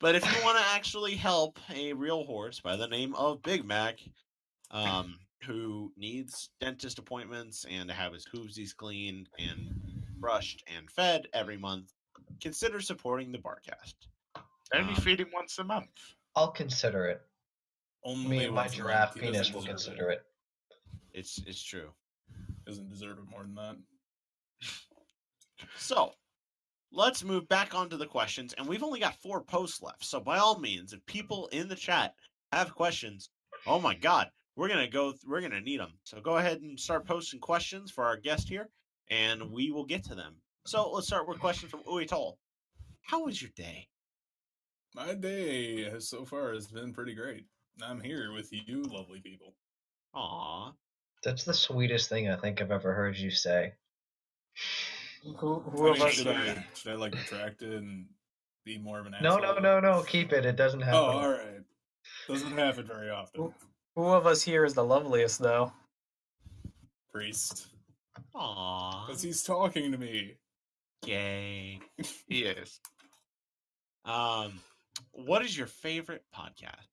But if you want to actually help a real horse by the name of Big Mac, um, who needs dentist appointments and to have his hoovesies cleaned and brushed and fed every month, consider supporting the Barcast. Only um, feed him once a month. I'll consider it. Me Only and my once a month. giraffe He doesn't penis will deserve consider it. It's it's true. Doesn't deserve it more than that. So let's move back onto the questions, and we've only got four posts left. So by all means, if people in the chat have questions, oh my god, we're gonna go. th- we're gonna need them. So go ahead and start posting questions for our guest here, and we will get to them. So let's start with a question from Uitol. How was your day? My day has so far has been pretty great. I'm here with you, lovely people. Aw, That's the sweetest thing I think I've ever heard you say. Who, who I of mean, us? should, I, should I like retract it and be more of an No, asshole? no, no, no. Keep it. It doesn't happen. Oh, all right. Doesn't happen very often. Who of us here is the loveliest, though? Priest, aw, because he's talking to me. gay. He is. Um, what is your favorite podcast?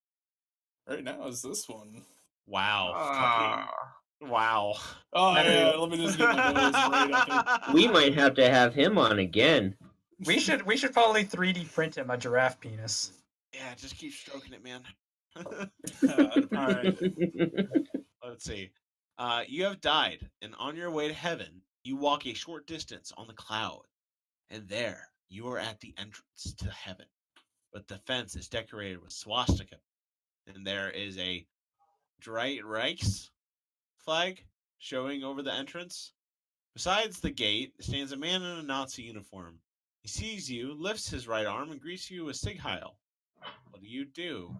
Right now is this one. Wow, Oh, fucking- Ah, wow. Oh I yeah, let me just get my nose right up it. we might have to have him on again. We should we should probably 3D print him a giraffe penis. Yeah, just keep stroking it, man. all right. Let's see. Uh, you have died, and on your way to heaven, you walk a short distance on the cloud, and there you are at the entrance to heaven. But the fence is decorated with swastika, and there is a Drei Reichs flag showing over the entrance, Besides the gate stands a man in a Nazi uniform. He sees you, lifts his right arm, and greets you with Sig Heil. What do you do?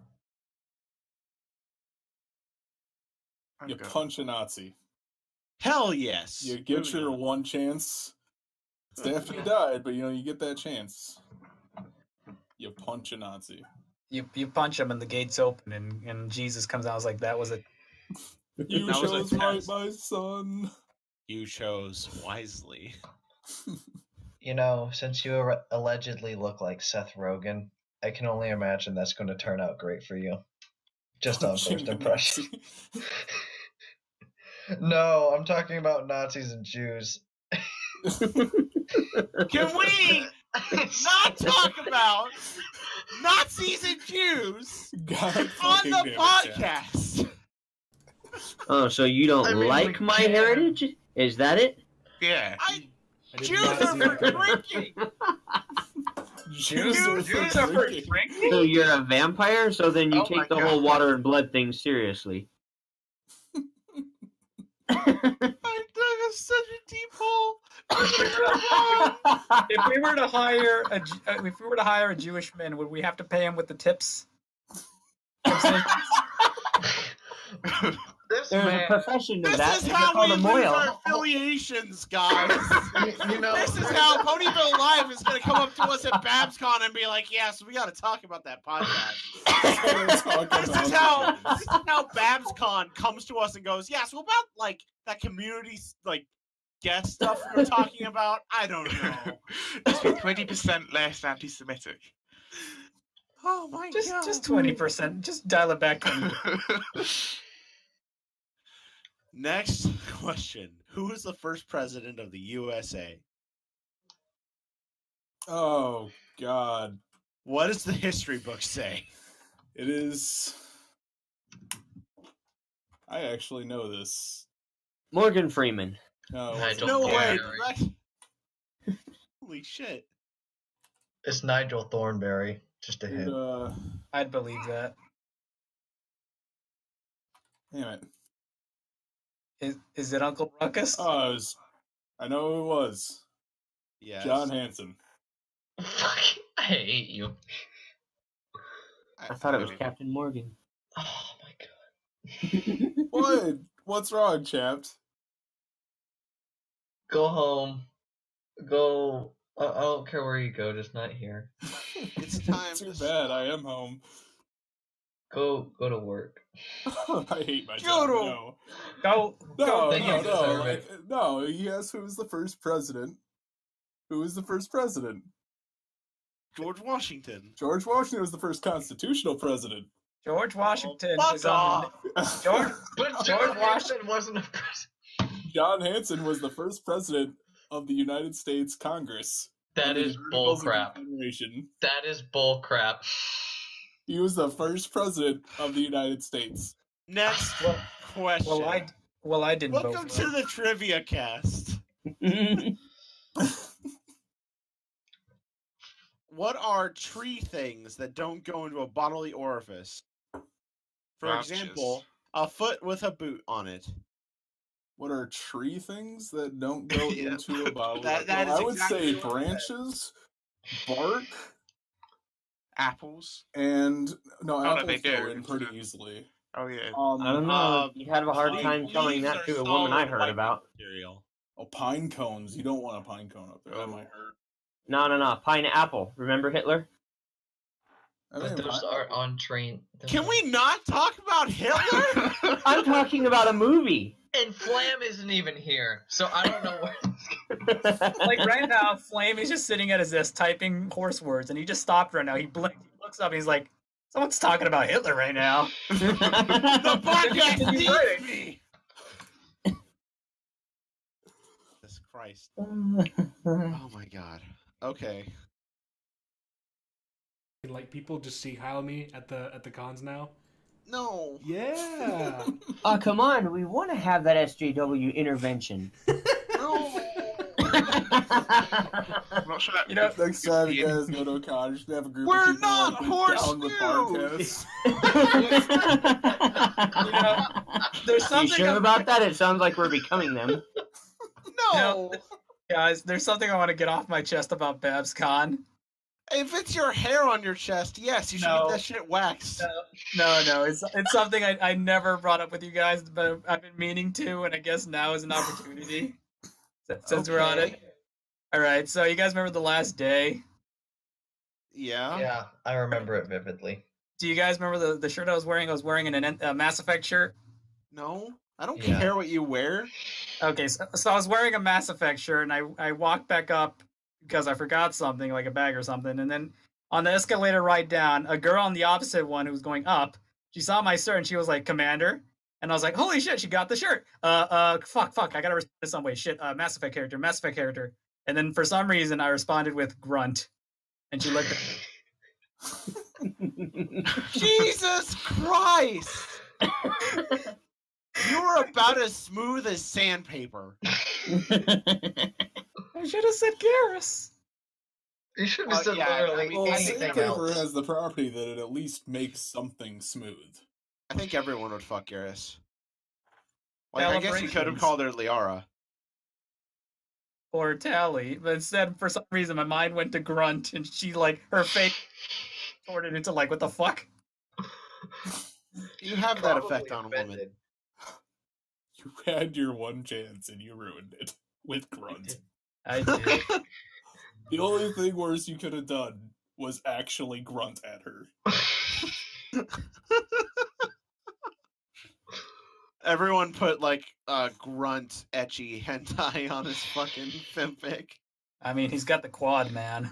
I'm You good. punch a Nazi. Hell yes. You get Moving your on. one chance. It's after you died, but you know you get that chance. You punch a Nazi. You you punch him and the gates open and, and Jesus comes out. I was like, that was a You That was a chose right, test. my son. You chose wisely. You know, since you ar- allegedly look like Seth Rogen, I can only imagine that's going to turn out great for you. Just on Punching first a impression. Nazi. no, I'm talking about Nazis and Jews. Can we not talk about Nazis and Jews God on fucking damn the it, Jack. podcast? Oh, so you don't I mean, we like my can. heritage? Is that it? Yeah. I, I did Jews not are see for that coming. drinking. Jews are for Jews are for drinking. drinking? So you're a vampire? So then you Oh my take the God. whole water and blood thing seriously. I dug us such a deep hole. if we were to hire a Ju- uh, if we were to hire a Jewish man, would we have to pay him with the tips? This There's a man, profession to This that. is It's how called we a lose moil. our affiliations, guys. you know, this is how Ponyville Live is going to come up to us at BabsCon and be like, "Yes, we got to talk about that podcast." Let's talk this is about how it. this is how BabsCon comes to us and goes, "Yes, what about like that community like guest stuff we were talking about? I don't know." It's been 20% less anti Semitic. Oh my Just god! just twenty percent. Just dial it back. 20%. Next question: Who was the first president of the USA? Oh God! What does the history book say? It is. I actually know this. Morgan Freeman. No, it I wasn't. don't No care. way! Right. did that- Holy shit! it's Nigel Thornberry. Just a It, hint. uh, I'd believe that. damn it! Is is it Uncle Ruckus? Oh, it was, I know who it was. Yes. John Hanson. Fuck, I hate you. I thought it was Captain Morgan. Oh my god. What? What's wrong, chapped? Go home. Go. I, I don't care where you go, just not here. It's time Too to bad. I am home. Go. Go to work. I hate my job. Doodle. No, Go no, go. They no, can't no. deserve Like, no. He asked who was the first president. Who was the first president? George Washington. George Washington was the first constitutional president. George Washington Fuck is on. off. The, George But George George Washington Washington wasn't a president. John Hanson was the first president of the United States Congress. That the is bull Articles of crap. Confederation. That is bull crap. He was the first president of the United States. Next well, question. well I well I didn't vote. Welcome to For him. the trivia cast. What are tree things that don't go into a bodily orifice? For Roaches. example, a foot with a boot on it. What are tree things that don't go Yeah. into a bottle? That- that Well, is I would exactly say what I meant. branches, bark, Apples. and no, no, apples they go do. in pretty easily. Oh, yeah. Um, I don't know. Um, You'd have a hard Leaf- time telling leaves that are to a woman solid I heard white about. material. oh, pine cones. You don't want a pine cone up there. Oh. That might hurt. No, no, no. Pineapple. Remember Hitler? I But mean, those pine- are on train. those Can are- we not talk about Hitler? I'm talking about a movie. And Flam isn't even here, so I don't know where. Like right now, Flame is just sitting at his desk typing horse words, and he just stopped right now. He blinked. He looks up. and He's like, someone's talking about Hitler right now. the podcast Continue needs writing. me. Jesus Christ. Oh my god. Okay. And, like people just see Heil me at the at the cons now. No. Yeah. oh, come on. We want to have that SJW intervention. I'm not sure that. You know, Next time you guys go to a con, you should have a group We're of people not like, horse down with shoes. podcasts. There's you something. sure I'm- about that? It sounds like we're becoming them. No, No. Guys, there's something I want to get off my chest about Babs Con. If it's your hair on your chest, yes, you should No. get that shit waxed. No, no, it's it's something I, I never brought up with you guys, but I've been meaning to, and I guess now is an opportunity since since we're on it. All right, so you guys remember the last day? Yeah. Yeah, I remember it vividly. Do you guys remember the, the shirt I was wearing? I was wearing an, an, a Mass Effect shirt. No. I don't Yeah. care what you wear. Okay, so, so I was wearing a Mass Effect shirt, and I, I walked back up because I forgot something, like a bag or something. And then on the escalator ride down, a girl on the opposite one who was going up, she saw my shirt and she was like, Commander. And I was like, holy shit, she got the shirt. Uh, uh, fuck, fuck, I gotta respond in some way. Shit, uh, Mass Effect character, Mass Effect character. And then for some reason, I responded with grunt. And she looked at Jesus Christ! you were about as smooth as sandpaper. I should have said Garrus. You should Well, have said yeah, I literally mean, Well, anything anything sandpaper else. has the property that it at least makes something smooth. I think everyone would fuck Garrus. Like, I guess you could have Calibrations. called her Liara. Or Tally. But instead, for some reason, my mind went to grunt and she, like, her face sorted into, like, what the fuck? You have that Probably effect on a woman. offended. You had your one chance and you ruined it with grunt. I did. The only thing worse you could have done was actually grunt at her. Everyone put like a grunt etchy hentai on his fucking fempic. I mean, he's got the quad, man.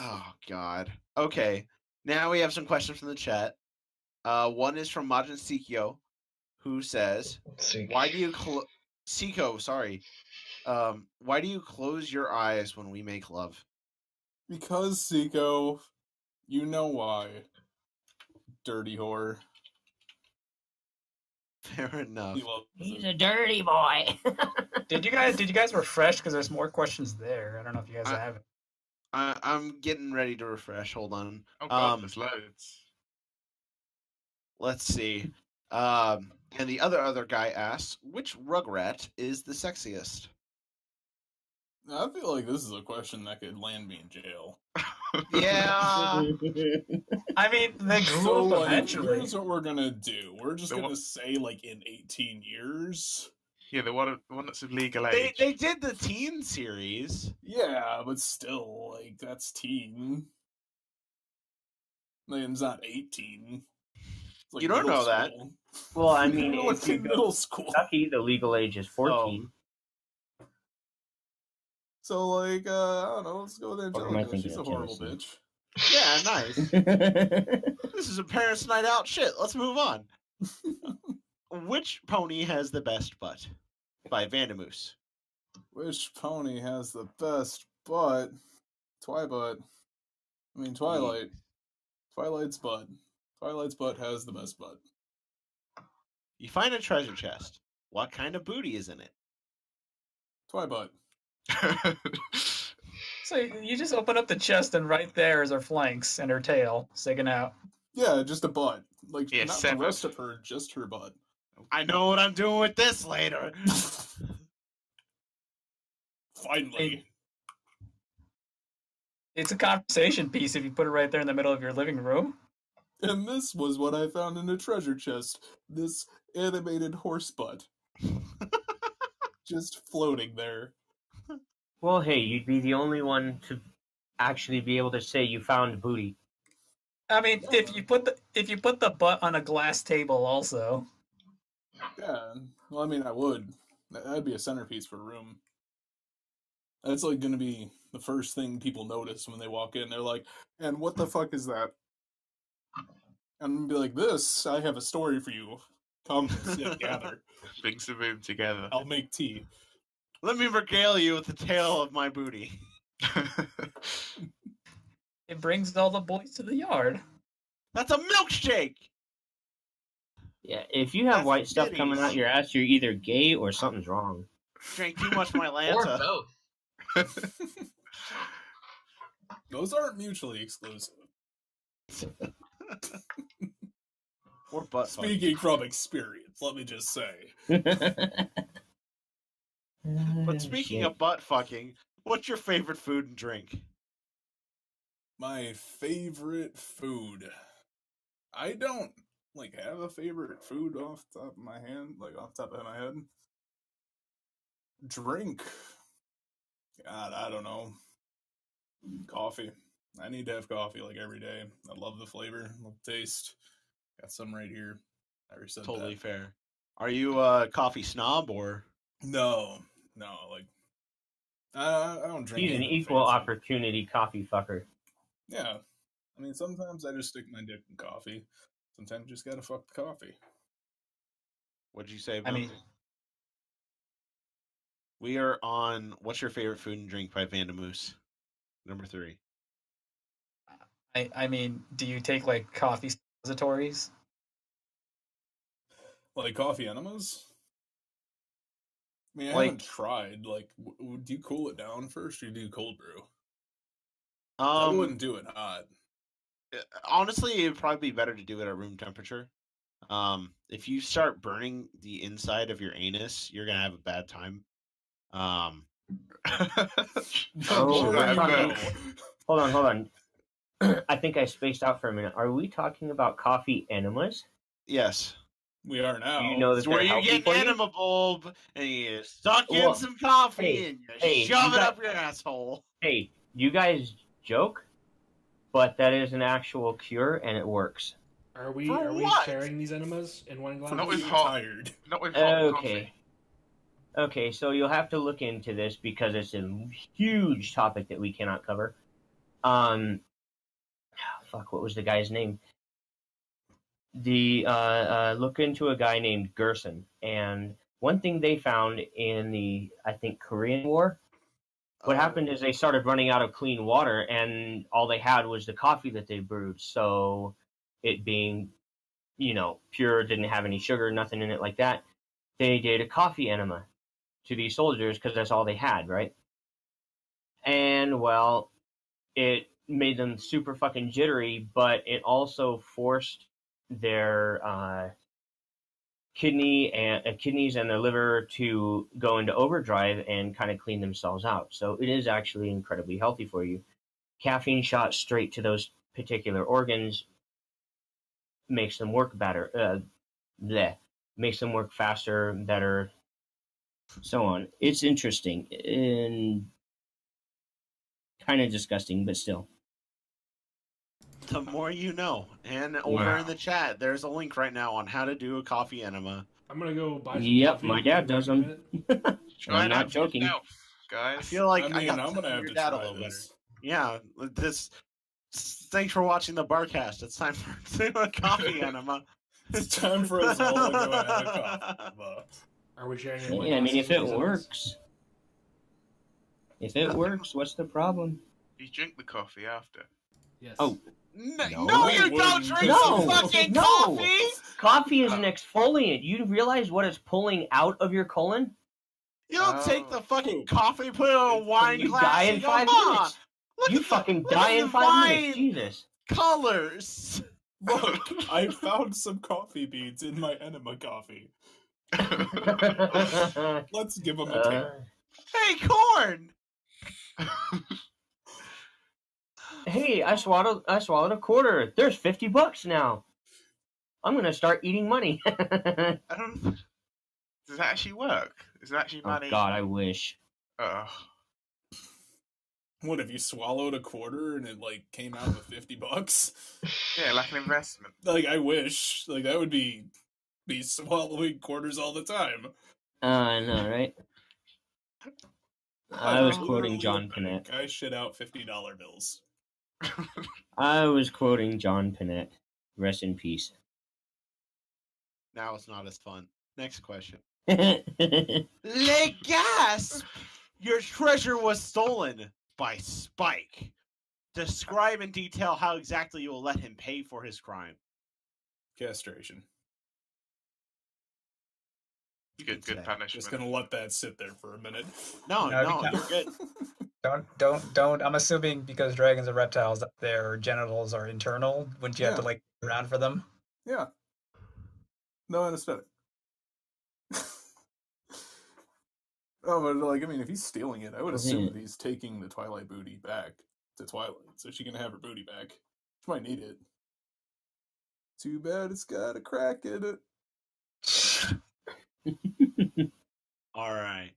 Oh god. Okay. Now we have some questions from the chat. Uh, one is from Majin Sikyo, who says, See, Why do you cl- Seiko, sorry. Um, why do you close your eyes when we make love? Because Seiko, you know why. Dirty whore. Fair enough. He loves He's it. a dirty boy. Did you guys? Did you guys refresh? Because there's more questions there. I don't know if you guys I- have it. I- I'm getting ready to refresh. Hold on. Oh god, Um, there's loads. Let's see. Um, and the other other guy asks, which Rugrat is the sexiest? I feel like this is a question that could land me in jail. Yeah. I mean, they grew So, up like, eventually. here's what we're gonna do. We're just The gonna one- say, like, in 18 years. Yeah, the one, the one that's of legal they age. they did the teen series. Yeah, but still, like, that's teen. Like, it's not 18. It's You don't middle know that. school. well, I You mean, know if it's you in go middle to school. Kentucky, the legal age is 14. So, like, uh, I don't know. Let's go with What am I Angelica. thinking She's a of, horrible Jefferson? bitch. Yeah, nice. this is a parents' night out. Shit. Let's move on. Which pony has the best butt? By Vandamoose. Which pony has the best butt? Twibutt. I mean, Twilight. Twilight's butt. Twilight's butt has the best butt. You find a treasure chest. What kind of booty is in it? Twibutt. So y- you just open up the chest, and right there is her flanks and her tail sticking out. Yeah, just a butt. Like, Yeah, not seven. the rest of her, just her butt. I know what I'm doing with this later. Finally. It's a conversation piece if you put it right there in the middle of your living room. And this was what I found in a treasure chest. This animated horse butt. just floating there. well, hey, you'd be the only one to actually be able to say you found booty. I mean, if you put the if you put the butt on a glass table, also. Yeah. Well, I mean, I would. That- That'd be a centerpiece for a room. That's like going to be the first thing people notice when they walk in. They're like, "And what the fuck is that?" And I'm gonna be like, "This. I have a story for you. Come sit, gather. Brings the room together. I'll make tea." Let me regale you with the tale of my booty. It brings all the boys to the yard. That's a milkshake. Yeah, if you have That's white stuff coming titties. out your ass, you're either gay or something's wrong. Drank too much of my Or Lanta. both. Those aren't mutually exclusive. Or butt. fuck. Speaking from experience, let me just say. But speaking of butt fucking, what's your favorite food and drink? My favorite food. I don't like have a favorite food off the top of my hand, like off the top of my head. Drink. God, I don't know. Coffee. I need to have coffee like every day. I love the flavor, love the taste. Got some right here. I already said Totally that. fair. Are you a coffee snob or? No, no, like I, I don't drink. He's an anything equal fancy. opportunity coffee fucker. Yeah. I mean, sometimes I just stick my dick in coffee. Sometimes you just gotta fuck the coffee. What'd you say? I Bill? mean, we are on. What's your favorite food and drink by Vandamoose? Number three. I, I mean, do you take like coffee suppositories? Like coffee enemas? I mean, I Like- haven't tried. Like, w- w- do you cool it down first or do you cold brew? I Um, wouldn't do it hot. uh, honestly, it'd probably be better to do it at room temperature. Um, if you start burning the inside of your anus, you're gonna have a bad time. Um, Oh, Sure, we're I talking- know. Hold on, hold on. I think I spaced out for a minute. Are we talking about coffee enemas? yes, We are now. Do you know that it's where they're you healthy get for an you? enema bulb and you suck in Well, some coffee hey, and you hey, shove you it got- up your asshole. Hey, you guys joke, but that is an actual cure and it works. Are we For are we what? sharing these enemas in one glass? I'm Not with too hot. tired. Not with hot Okay. coffee. Okay, so you'll have to look into this because it's a huge topic that we cannot cover. Um, fuck, what was the guy's name? The uh, uh, look into a guy named Gerson, and one thing they found in the I think Korean War. What Um, Uh, happened is they started running out of clean water, and all they had was the coffee that they brewed. So, it being, you know, pure, didn't have any sugar, nothing in it like that. They did a coffee enema to these soldiers because that's all they had, right? And well, it made them super fucking jittery, but it also forced their uh, kidney and uh, kidneys and their liver to go into overdrive and kind of clean themselves out. So it is actually incredibly healthy for you. Caffeine shot straight to those particular organs makes them work better. Uh, bleh, makes them work faster, better, so on. It's interesting and kind of disgusting, but still. The more you know. And over in the chat, there's a link right now on how to do a coffee enema. I'm gonna go buy. Some Yep, coffee my and dad be back does in a 'em. minute. Try it not out for joking. yourself, I guys. feel like I I mean, got I'm gonna have to figured out a try little this. better. Yeah, this. Thanks for watching the Barcast. It's time for to do a coffee enema. It's time for us all to go have a coffee. but- Are we sharing? in one Yeah, I mean, glass if it these enemas? works, if it Nothing. works, what's the problem? You drink the coffee after. Yes. Oh. No, no, No, you we don't wouldn't. drink No, some fucking no. coffee. Coffee Uh, is an exfoliant. You realize what it's pulling out of your colon? You don't take Oh. the fucking coffee, put it in a wine You glass. die in and go, five "Ma, minutes. Look You at the- fucking look at die the in five minutes. wine Jesus. Colors. Look, I found some coffee beans in my enema coffee. Let's give them a taste. Uh-huh. Uh, Hey, corn. hey, I swallowed. I swallowed a quarter. There's fifty bucks now. I'm gonna start eating money. oh I don't. Does that actually work? Is that actually money? Oh, God, I wish. Oh. What if you swallowed a quarter and it like came out with fifty bucks? Yeah, like an investment. Like I wish, like that would be be swallowing quarters all the time. Uh, I know, right? I was quoting Literally John a Panette. bank. I shit out fifty dollar bills. I was quoting John Panette. Rest in peace. Now it's not as fun. Next question. Wait, Le Gasp! Your treasure was stolen by Spike. Describe in detail how exactly you will let him pay for his crime. Castration. You Good, can good say. punishment. Just gonna let that sit there for a minute. No, No, Oh, no, you can't. you're good. Don't don't don't. I'm assuming because dragons are reptiles, that their genitals are internal. Wouldn't you have to Yeah. like around for them? Yeah. No anesthetic. Oh, but like, I mean, if he's stealing it, I would assume Mhm. that he's taking the Twilight booty back to Twilight, so she can have her booty back. She might need it. Too bad it's got a crack in it. All right.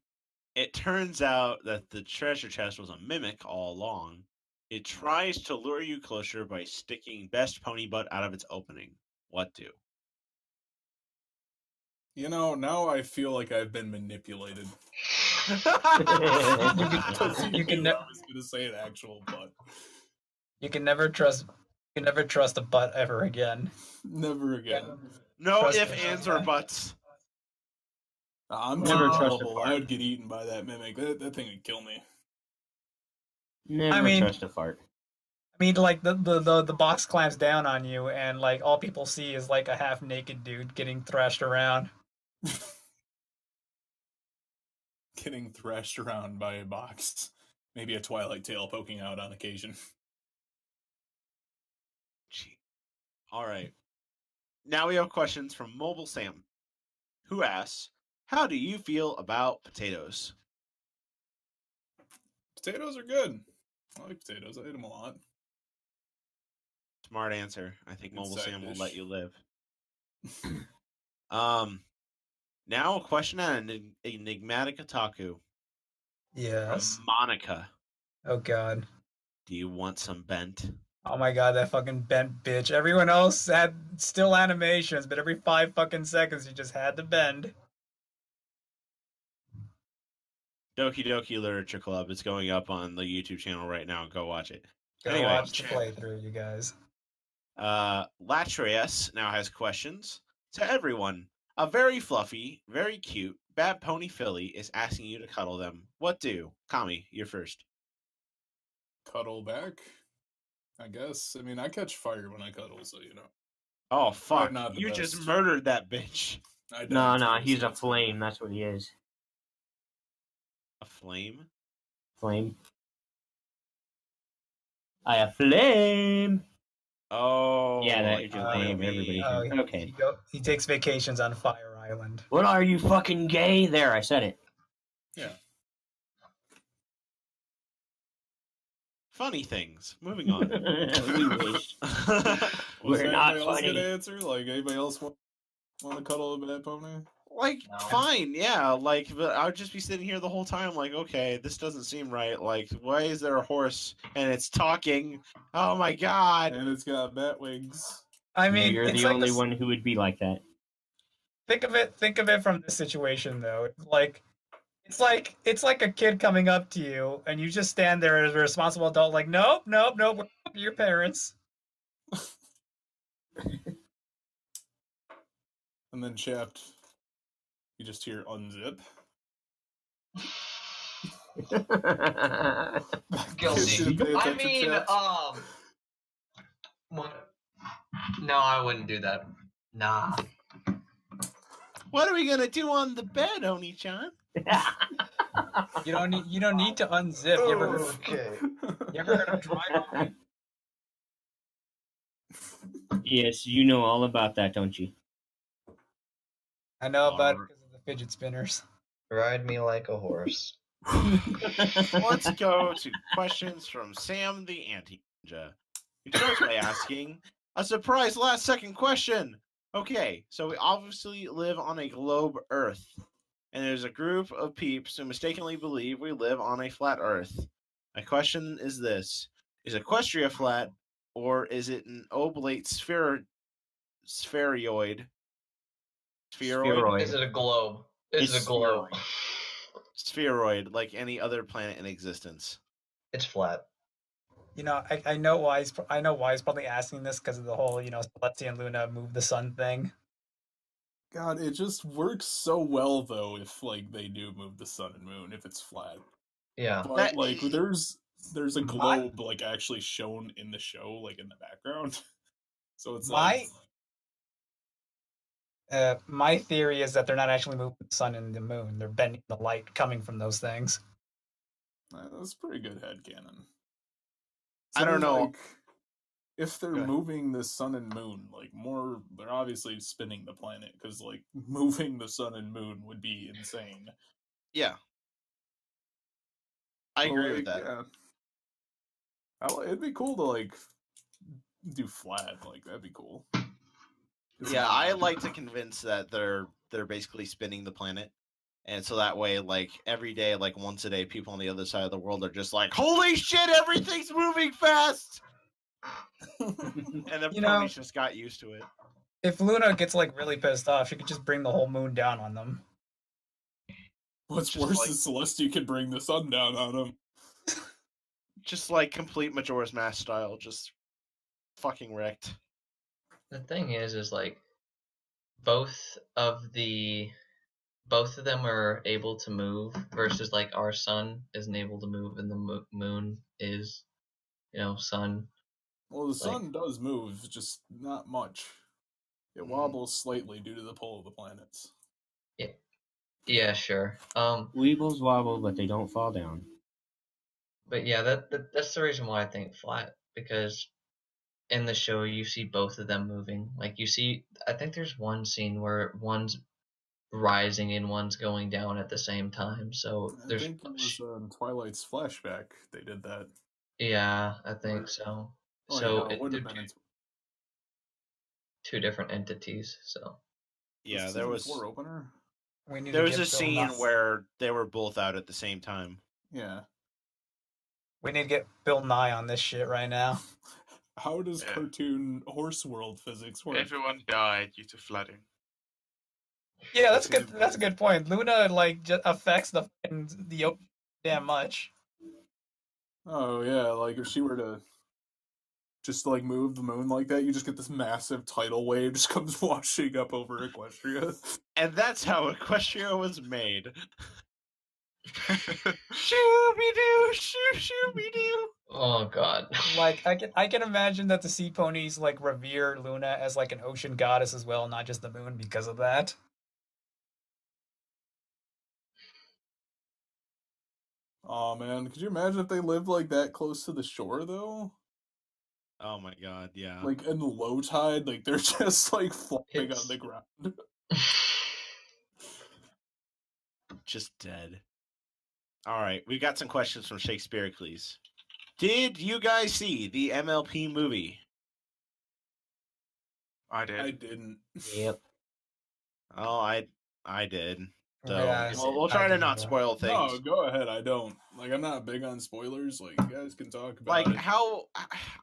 It turns out that the treasure chest was a mimic all along. It tries to lure you closer by sticking best pony butt out of its opening. What do? You know, now I feel like I've been manipulated. can- you can I ne- was gonna say an actual butt. You can never trust. You can never trust a butt ever again. Never again. No Trust if me. ands or buts. I'm Never never trust a trustable. I fart. would get eaten by that mimic. That, that thing would kill me. Never mean- trust a fart. I mean, like the, the the the box clamps down on you, and like all people see is like a half naked dude getting thrashed around. Getting thrashed around by a box. Maybe a twilight tail poking out on occasion. Gee. All right. Now we have questions from Mobile Sam, who asks, "How do you feel about potatoes?" Potatoes are good. I like potatoes. I eat them a lot. Smart answer. I think Good Mobile side Sam will dish. let you live. Um, now a question on Enig- Enigmatic Otaku from Yes. Monica. Oh god. Do you want some bent? Oh my god, that fucking bent bitch. Everyone else had still animations, but every five fucking seconds you just had to bend. Doki Doki Literature Club is going up on the YouTube channel right now. Go watch it. Go Anyway. watch the playthrough, you guys. Uh, Latrius now has questions to everyone. A very fluffy, very cute bad pony filly is asking you to cuddle them. What do? Kami, you're first. Cuddle back. I guess. I mean, I catch fire when I cuddle, so you know. Oh fuck! not the You just best. murdered that bitch. I No, don't no, do he's a things. flame. That's what he is. A flame. Flame. I have flame. Oh, Yeah, that- it's uh, flamey. everybody- Oh, he, Okay. he, go, he takes vacations on Fire Island. What are you fucking gay? There, I said it. Funny things. Moving Oh, on. we wish. Was We're anybody not else funny. gonna answer? Like anybody else want, want to cuddle a bad pony? like No. fine yeah like but i would just be sitting here the whole time like okay this doesn't seem right like why is there a horse and it's talking oh my god And it's got bat wings. I mean, you're it's the like only this- one who would be like that. think of it think of it from this situation though It's like it's like it's like a kid coming up to you and you just stand there as a responsible adult like nope nope nope we're not your parents And then chapped. You just hear unzip. Guilty. Should've paid I attention, mean, chapped. um, what? No, I wouldn't do that. Nah. what are we gonna do on the bed oni chan you don't need you don't need to unzip you ever heard of, Okay. you ever heard of dry humping? yes, you know all about that, don't you? i know about it because of the fidget spinners Ride me like a horse. let's go to questions from sam the anti ninja who starts by asking a surprise last second question okay so we obviously live on a globe earth and there's a group of peeps who mistakenly believe we live on a flat earth my question is this is equestria flat or is it an oblate sphere spheroid spheroid Is it a globe? Is It's it a globe? Oh. spheroid like any other planet in existence It's flat. you know i, I know why he's, pro- i know why he's probably asking this because of the whole you know celestia and luna move the sun thing God, it just works so well though. If like they do move the sun and moon, if it's flat, Yeah. but That- like there's there's a globe like actually shown in the show, like in the background. So it's like, uh, my theory is that they're not actually moving the sun and the moon they're bending the light coming from those things uh, that's a pretty good headcanon. I don't Something know. like, if they're Go ahead. moving the sun and moon, like more, they're obviously spinning the planet because like moving the sun and moon would be insane. yeah I agree Well, with that. Yeah. I, w- it'd be cool to like do flat, like that'd be cool. Yeah, I like to convince that they're they're basically spinning the planet. And so that way, like every day, like once a day, people on the other side of the world are just like, "Holy shit, everything's moving fast!" And the You you know- just got used to it. If Luna gets like really pissed off, she could just bring the whole moon down on them. What's Just worse like- is Celestia could bring the sun down on him. Just like complete Majora's Mask style, just fucking wrecked. The thing is, is like both of the both of them are able to move versus like our sun isn't able to move and the mo- moon is, you know, sun. Well, the Like- sun does move, just not much. It Mhm. Mm-hmm. wobbles slightly due to the pull of the planets. Yeah, sure. Um, Weebles wobble, but they don't fall down. but yeah, that, that that's the reason why I think flat because in the show you see both of them moving. Like you see, I think there's one scene where one's rising and one's going down at the same time. So I there's think it was um, Twilight's flashback. They did that. yeah, I think so. Oh, so yeah, it it, wouldn't they're have been. It's, two different entities. So Yeah, was there season was four opener. We need there to was get a Phil scene Noss- where they were both out at the same time. Yeah. we need to get Bill Nye on this shit right now. How does Yeah. cartoon horse world physics work? Everyone died due to flooding. Yeah, that's That's good. good. That's a good point. Luna like just affects the fucking the ocean damn much. Oh yeah, like if she were to just like move the moon like that, you just get this massive tidal wave just comes washing up over Equestria. And that's how Equestria was made. Shooby doo, shoo shooby doo. oh god, Like I can I can imagine that the sea ponies like revere Luna as like an ocean goddess as well, not just the moon because of that. oh man, could you imagine if they lived like that close to the shore though? Oh my god, yeah. Like in the low tide, like they're just like flopping It's- on the ground. just dead. All right, we've got some questions from Shakespeare, please. Did you guys see the MLP movie? I did. I didn't. Yep. Oh, I I did. So Yeah, we'll, we'll try to did not as well. spoil things. No, go ahead. I don't. Like I'm not big on spoilers. Like you guys can talk about like it. how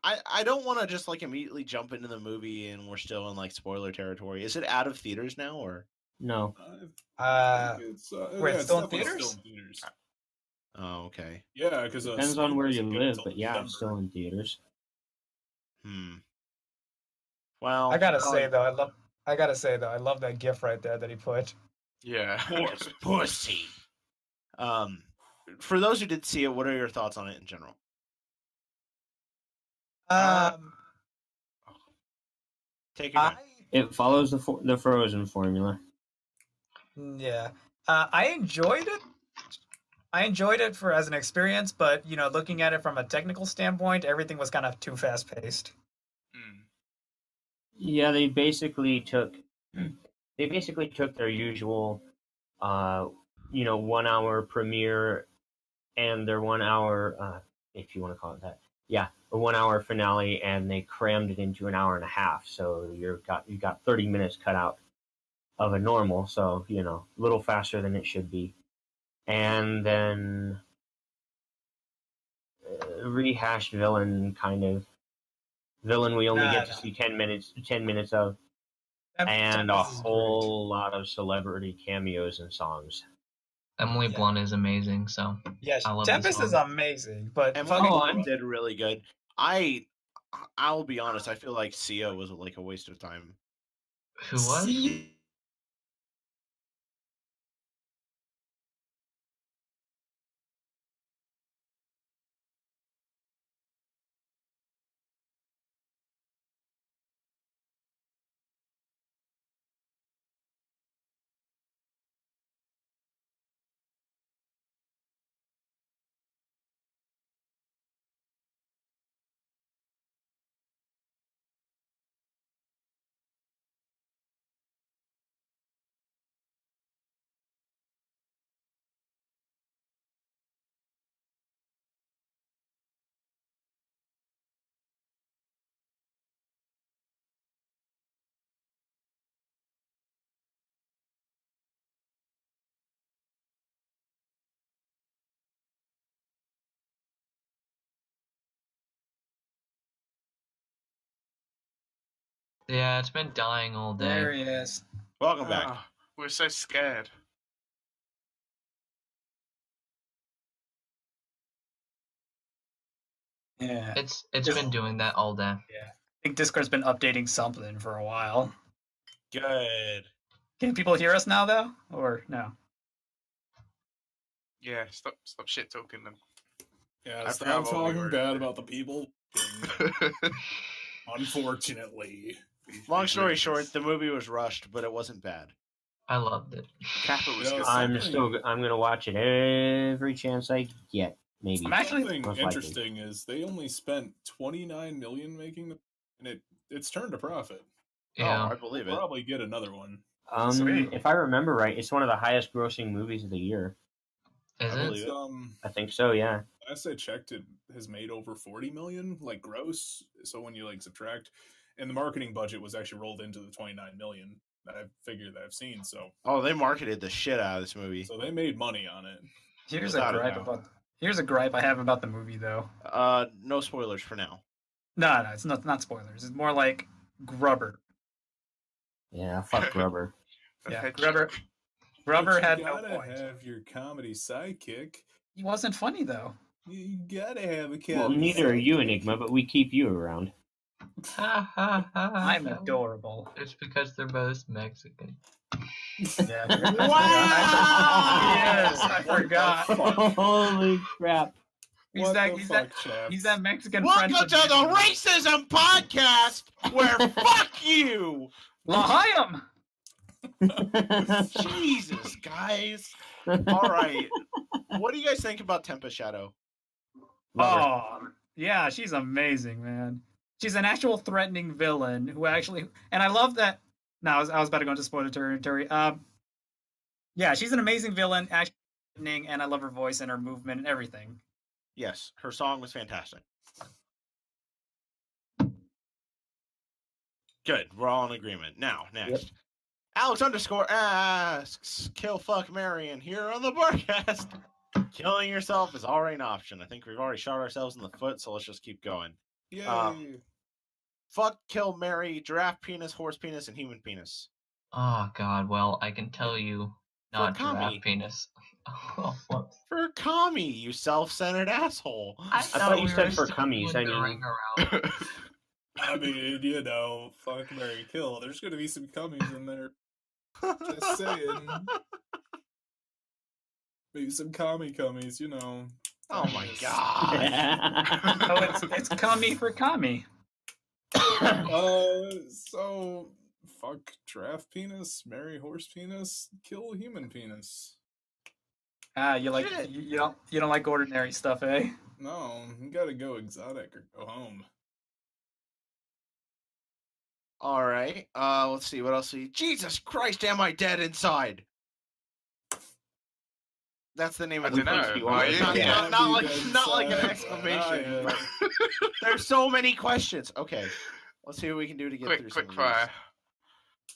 I I don't want to just like immediately jump into the movie and we're still in like spoiler territory. Is it out of theaters now or? No. I Uh, think it's, uh, wait, it's still in definitely theaters? theaters. Oh, okay. Yeah, because uh, Depends on where you Spider-Man's good live, till but yeah, it's still November. in theaters. Hmm. Well, I gotta oh, say though, I love I gotta say though, I love that gif right there that he put. Yeah. horse pussy. Um, for those who did see it, what are your thoughts on it in general? Ah, Uh, Um, Take your I time. It follows the for- the Frozen formula. yeah, uh, I enjoyed it. I enjoyed it for as an experience, but you know, looking at it from a technical standpoint, everything was kind of too fast paced. Mm. Yeah, they basically took they basically took their usual, uh, you know, one hour premiere, and their one hour, uh, if you want to call it that, yeah, a one hour finale, and they crammed it into an hour and a half. So you're got you got thirty minutes cut out of a normal, so you know, a little faster than it should be, and then uh, rehashed villain kind of villain we only Nah, get to nah. see 10 minutes 10 minutes of and a whole lot of celebrity cameos and songs. Emily Yeah. Blunt is amazing. So Yes, I love the Tempest is song. amazing, but And fucking- Oh, I'm- did really good. I I- I'll be honest, I feel like Sia was like a waste of time. who was? See- Yeah, it's been dying all day. There he is. Welcome back. Ah, we're so scared. Yeah. I It's it's Just- been doing that all day. think Discord's been updating something for a while. Good. Can people hear us now though, or no? Yeah, stop stop shit talking them. Yeah, I stop forgot what we talking were- bad about the people. Unfortunately, Long story short, the movie was rushed, but it wasn't bad. I loved it. Kappa was Yeah, good. I'm I'm Something- still. I'm gonna watch it every chance I get. Maybe. I'm actually- something Most likely. interesting is they only spent 29 million making the, and it it's turned a profit. Yeah. Oh, I believe it. Probably get another one. Um, Sweet. if I remember right, it's one of the highest grossing movies of the year. Is I it? believe it. Um, I think so. Yeah. last I checked, it has made over 40 million, like gross. So when you like subtract, and the marketing budget was actually rolled into the 29 million that I figured that I've seen. So Oh, they marketed the shit out of this movie. so they made money on it. Here's a Without a gripe doubt. about here's a gripe I have about the movie though. Uh, no spoilers for now. No, no, it's not not spoilers. It's more like Grubber. Yeah. Fuck rubber. Yeah, Okay, Grubber. Grubber But had you no gotta point. have your comedy sidekick. He wasn't funny though. You you gotta have a comedy. Well, neither are you, sidekick. Enigma, but we keep you around. Ha, ha, ha, I'm ha. adorable. It's because they're both Mexican. Yeah. yes, I What the forgot. fuck? Holy crap! He's What that- the he's that- fuck, chaps? He's that Mexican friend. Welcome to from the Vietnam. racism podcast, where fuck you. L'chaim! Jesus, guys. All right. What do you guys think about Tempa Shadow? Rubber. Oh, yeah, she's amazing, man. She's an actual threatening villain who actually, and I love that. No, I was, I was about to go into spoiler territory. Um, yeah, she's an amazing villain, actually threatening, and I love her voice and her movement and everything. Yes, her song was fantastic. Good. We're all in agreement. Now, next. Alex underscore asks, kill fuck Marion here on the broadcast. Killing yourself is already an option. I think we've already shot ourselves in the foot, so let's just keep going. Yay. um, Fuck, kill, marry, giraffe penis, horse penis, and human penis. Oh God. Well, I can tell you, For not Kami. giraffe penis. Oh, what? For commie, you self-centered asshole. I thought you said were for still cummies, doing I the mean- ring around. I mean, you know, fuck Mary Kill. There's gonna be some cummies in there. Just saying. Maybe some commie cummies, you know. Oh my god. So it's, it's Kami for Kami. Uh, so fuck giraffe penis, marry horse penis, kill human penis. Ah, you like Shit. you, you don't you don't like ordinary stuff, eh? No, you gotta go exotic or go home. All right. Uh, let's see what else. We... Jesus Christ, am I dead inside? That's the name I of the don't movie. you know. are. Are you? Not, Yeah. not- not like Dead not like an inside, exclamation. but I am. There's so many questions. Okay, let's see what we can do to get through. Quick, some quick of fire. these.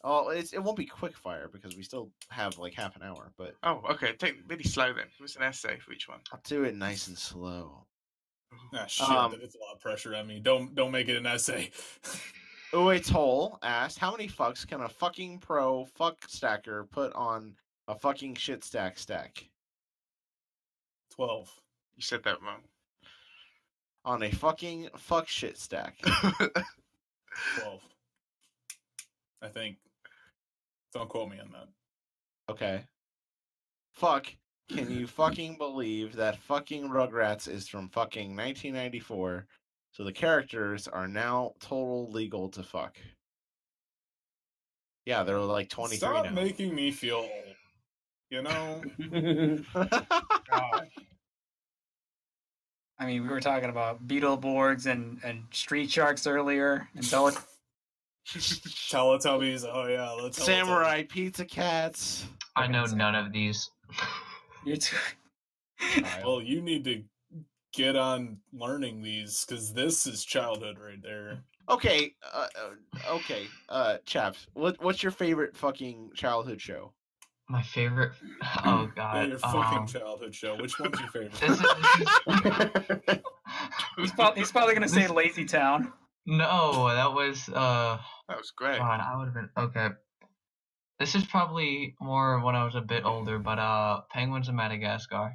Oh, it's, it won't be quick fire because we still have like half an hour, but Oh, okay. Take really slow then. Give us an essay for each one. I'll do it nice and slow. Ah, shit, Um, that's a lot of pressure on me. Don't don't make it an essay. Uwe Toll asked, "How many fucks can a fucking pro fuck stacker put on a fucking shit stack stack Twelve. You said that wrong. on a fucking fuck shit stack?" 12. I think. Don't quote me on that. Okay. Fuck. Can you fucking believe that fucking Rugrats is from fucking 1994? So the characters are now total legal to fuck. Yeah, they're like 23 Stop now. making me feel old. You know? I mean, we were talking about beetleborgs and and street sharks earlier, and so it, Teletubbies. Oh, yeah. Let's Samurai pizza cats. I know none of these. you're too, Well, you need to get on learning these because this is childhood right there. Okay, uh, uh, okay, uh, chaps. What what's your favorite fucking childhood show? My favorite. Oh Yeah, God. your fucking um, childhood show. Which one's your favorite? this is- this is- he's, prob- he's probably gonna say Lazy Town. No, that was uh That was great. God, I would have been okay. This is probably more when I was a bit older, but uh Penguins of Madagascar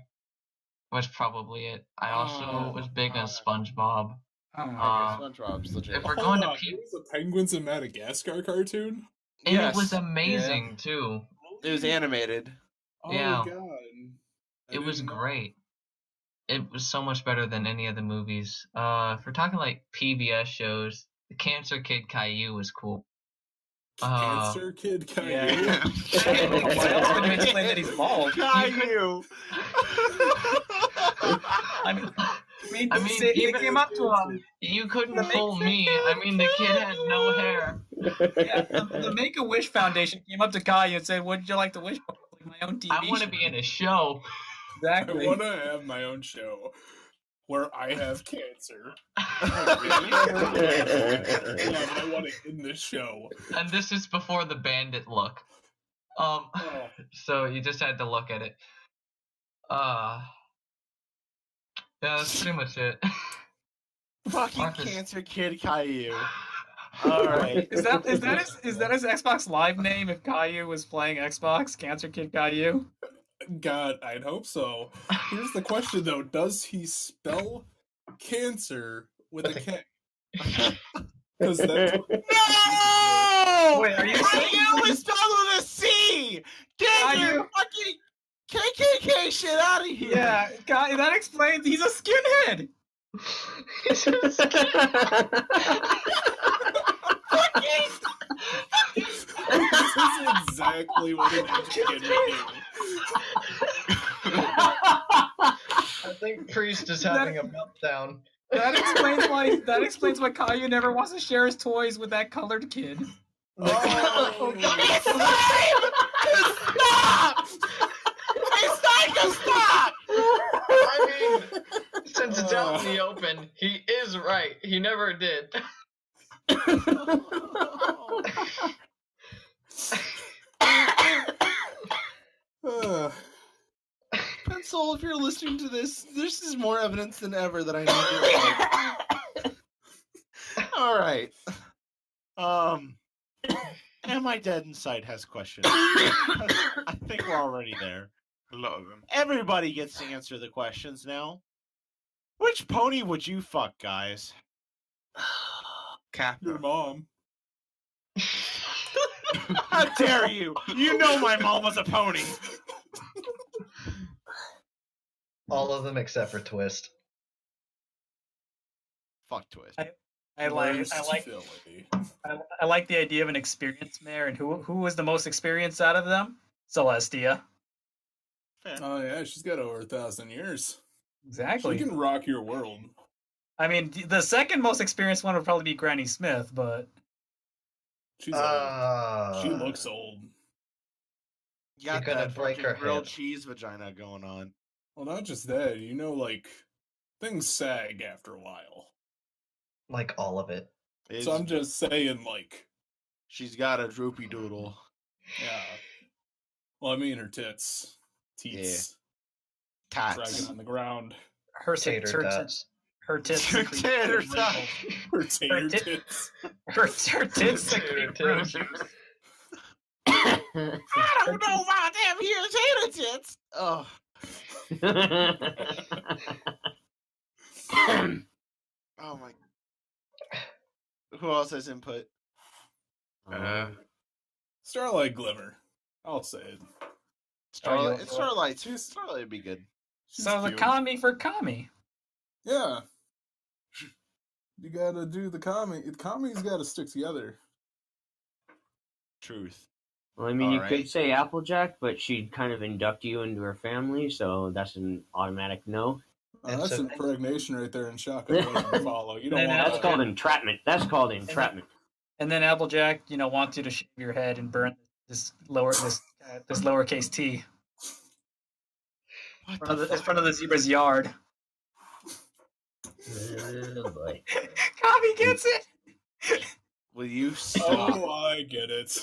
was probably it. I also Oh, was big on alright. SpongeBob. Oh Okay, Uh, SpongeBob's legit. if we're Hold going to on, pe- there was a Penguins in Madagascar cartoon. and Yes. it was amazing too. It was animated. Oh Yeah. god. I It was didn't know. great. It was so much better than any of the movies. Uh if we're talking like PBS shows, the Cancer Kid Caillou was cool. Uh, Cancer Kid Caillou. Yeah. Why do you explain that he's bald? Caillou. I mean, me, I mean, say- they even- came up to um, him. You couldn't The fool Mexican me. I mean, the kid had no hair. Yeah, the, the Make a Wish Foundation came up to Caillou and said, "What would you like to wish for?" Like my own TV. I want to show." be in a show. I exactly. want to have my own show where I have cancer. yeah, but I want it in the show. and this is before the bandit look. Um, Oh, so you just had to look at it. Uh, yeah, that's pretty much it. Fucking Marcus. cancer kid Caillou. All Alright. Is that is that his, is that his Xbox Live name? If Caillou was playing Xbox, Cancer Kid Caillou. God, I'd hope so. Here's the question though: Does he spell cancer with a K? Because that's No! Wait, are you saying- Caillou is spelled with a C! Get Caillou- your fucking KKK shit out of here! Yeah, Caillou, that explains. He's a skinhead. this is exactly what an educator do. I think Priest is having a meltdown. That explains why. That explains why Caillou never wants to share his toys with that colored kid. Oh, Oh, It's time to stop! It's time to stop! I mean, since it's out in Oh. the open, he is right. He never did. Uh, Pencil, if you're listening to this, this is more evidence than ever that I need your help. All right. Um, am I dead inside? Has questions. I think we're already there. A lot of them. Everybody gets to answer the questions now. Which pony would you fuck, guys? your Kappa. mom. How dare you? You know my mom was a pony. All of them except for Twist. Fuck twist. I like. Worst I like. Philly. I, I like the idea of an experienced mayor, and who who was the most experienced out of them? Celestia. Oh yeah, she's got over a thousand years. She Exactly. can rock your world. I mean, th- the second most experienced one would probably be Granny Smith, but She's Uh, old. She looks old. You got You're gonna that break fucking her grilled hip. cheese vagina going on. Well, not just that. You know, like things sag after a while. like all of it. So It's- I'm just saying, like, she's got a droopy doodle. yeah. Well, I mean, her tits, teats, dragging Tots. on the ground, her s- Tater her, her, tots. her tits. Her secrete tater good tot. wrinkles. her tater tit- tits. Her, her tits. secrete Tater good tots. wrinkles. I don't know why them here tater tits. Oh, oh my. Who else has input? Uh, Starlight Glimmer. I'll say it. Starlight. yeah. It's Starlight. too. Starlight would be good. She's So the cute. commie for commie. Yeah. You gotta do the commie. The commies gotta stick together. Truth. Well, I mean, you Alright. could say Applejack, but she'd kind of induct you into her family, so that's an automatic no. Uh, And that's so- impregnation right there in shotgun Wedding to follow. You don't And want That's that. called entrapment. That's called entrapment. And then Applejack, you know, wants you to shave your head and burn this lower this uh, this lowercase t What in front of the, in fuck? front of the zebra's yard. Oh, boy. Commie gets it. Will you stop? Oh, I get it.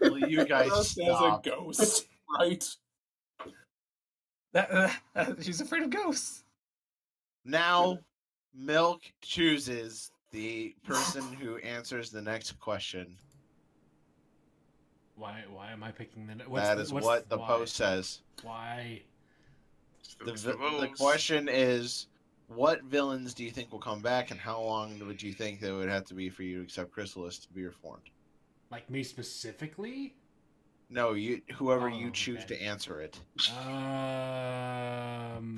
Will you guys Just as a stop? ghost, right? That, uh, uh, she's afraid of ghosts. Now, Milk chooses The person who answers the next question. Why? Why am I picking the? that is what the why? post says. Why? Still The, gets vi- the votes. question is, what villains do you think will come back, and how long would you think that would have to be for you to accept Chrysalis to be reformed? Like me specifically? No, you whoever you Oh, choose okay. to answer it. Um,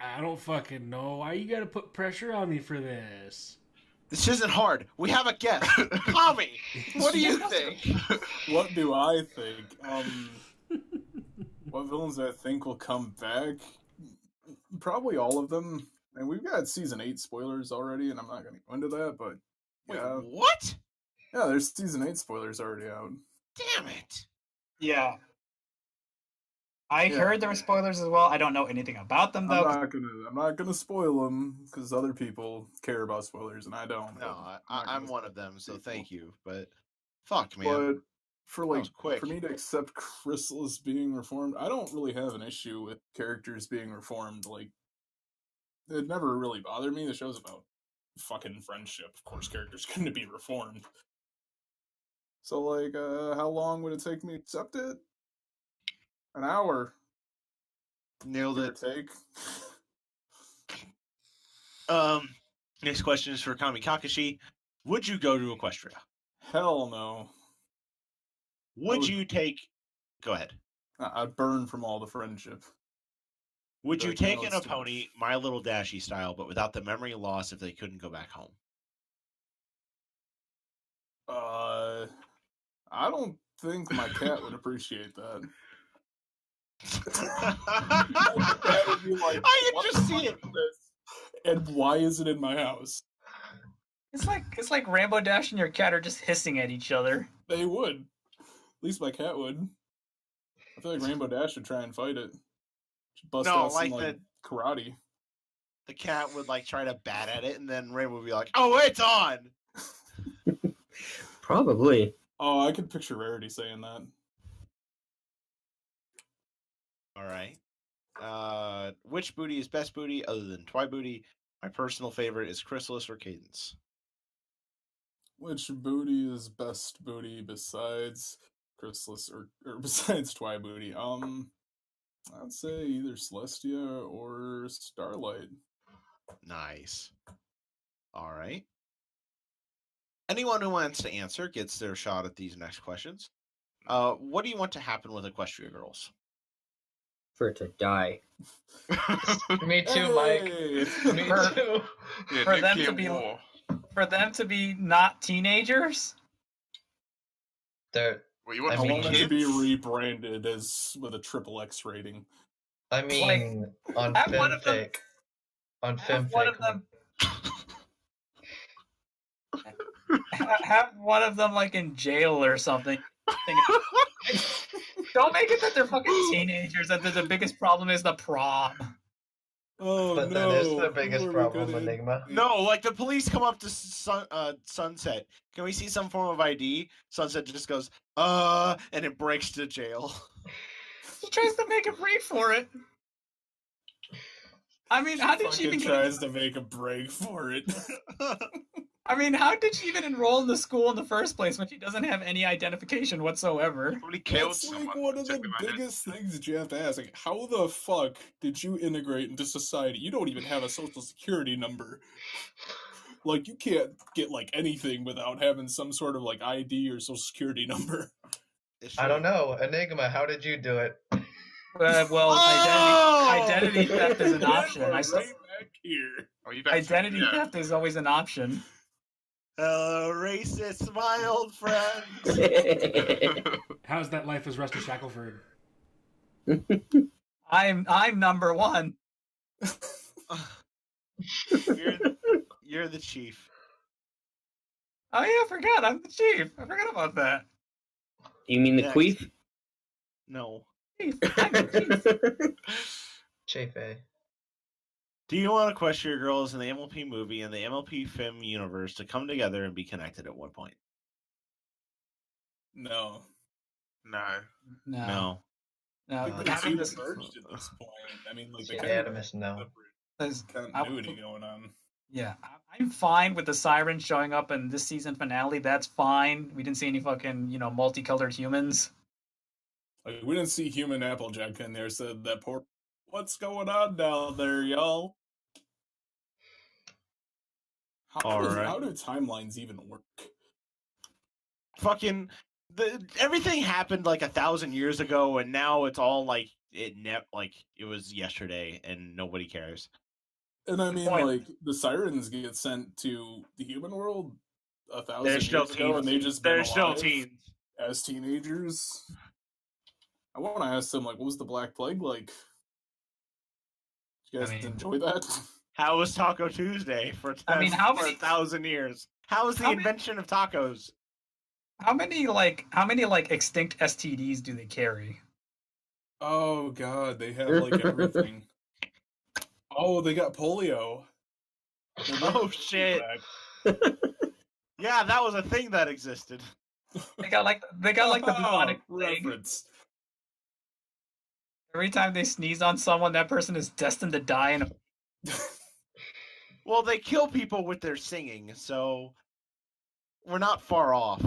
I don't fucking know. Why you gotta put pressure on me for this? This isn't hard. We have a guest. Tommy, what do you think? What do I think? Um, what villains do I think will come back? Probably all of them. And we've got season eight spoilers already, and I'm not going to go into that. But Wait, yeah, what? yeah, there's season eight spoilers already out. Damn it. Yeah. I Yeah. heard there were spoilers as well. I don't know anything about them I'm though. not gonna. I'm not gonna spoil them because other people care about spoilers, and I don't. No, I, I, Oh, not I'm gonna one of them, so thank you. But fuck, man. But for That like was quick. for me to accept Chrysalis being reformed, I don't really have an issue with characters being reformed. Like it never really bothered me. The show's about fucking friendship. Of course characters couldn't be reformed. So like uh how long would it take me to accept it? An hour, Nailed give or it. take. Um, next question is for Kami Kakashi. Would you go to Equestria? Hell no. Would would- you take? Go ahead. I- I'd burn from all the friendship. Would you Like, no, take an it's too much. opponent My Little Dashy style, but without the memory loss if they couldn't go back home? Uh I don't think my cat would appreciate that. That would be like, I "What can the just see fuck it. is this? And why is it in my house? It's like it's like Rambo Dash and your cat are just hissing at each other. They would. At least my cat would. I feel like Rainbow Dash would try and fight it. Should Bust No, out like some, like karate. The cat would like try to bat at it, and then Ray would be like, "Oh, it's on." Probably. Oh, I could picture Rarity saying that. All right. Uh, which booty is best booty other than Twy booty? My personal favorite is Chrysalis or Cadence. Which booty is best booty besides Chrysalis or, or besides Twy booty? Um, I'd say either Celestia or Starlight. Nice. All right. Anyone who wants to answer gets their shot at these next questions. Uh, what do you want to happen with Equestria Girls? For it to die. Me too, Mike. Me Hey! too. yeah, for them to nuclear be- war. For them to be not teenagers? They're, Well, you want I I to want be mean- it to kids? be rebranded as with a triple X rating. I mean, on have one of them- FemFic. On Have FemFic. one of like, them Ha- have one of them like in jail or something. Don't make it that they're fucking teenagers, that the- the biggest problem is the prom. Oh But no! that is the biggest Where we problem, gonna- Enigma. No, like the police come up to sun, uh, Sunset. Can we see some form of ID? Sunset just goes, uh, and it breaks to jail. He tries to make him read for it. I mean, how did she Fucking even get tries to make a break for it. I mean, how did she even enroll in the school in the first place when she doesn't have any identification whatsoever? Probably killed That's someone. like one of Check the them out. biggest things that you have to ask. Like, how the fuck did you integrate into society? You don't even have a social security number. Like, you can't get like anything without having some sort of like ID or social security number. It's I don't true. know. Enigma, how did you do it? Uh, well, Oh! identity, identity theft is an Yeah, option. we're I still, right back here. Oh, you better- identity yeah. theft is always an option. Hello, racist, my old friends. How's that life as Rusty Shackleford? I'm I'm number one. you're, the- you're the chief. Oh yeah, I forgot. I'm the chief. I forgot about that. you mean the Next. queef? No. Chief. I'm the chief. Chafe. Do you want Equestria Girls and the MLP movie and the MLP film universe to come together and be connected at one point? No. No. No. No. no. Like, having they've this, merged at this point. I mean, like It's they kind of unanimous no. this- continuity going on. Yeah. I- I'm fine with the siren showing up in this season finale. That's fine. We didn't see any fucking, you know, multicolored humans. Like we didn't see human Applejack in there, so that poor. What's going on down there, y'all? How, All does- right. how do timelines even work? fucking the everything happened like a thousand years ago, and now it's all like it ne- like it was yesterday, and nobody cares. And I mean, point. like the sirens get sent to the human world a 1000 They're years still ago, and they teens. just been They're still alive teens. as teenagers. I want to ask them, like, what was the Black Plague like? Did you I guys mean- enjoy that? How was Taco Tuesday for, I mean, ten- how for many- a thousand years? How was the How many- invention of tacos? How many like how many like extinct STDs do they carry? Oh God, they have like everything. oh, they got polio. Oh shit! Back. Yeah, that was a thing that existed. They got like they got like the Oh, bubonic plague. reference. Every time they sneeze on someone, that person is destined to die. And Well, they kill people with their singing, so we're not far off.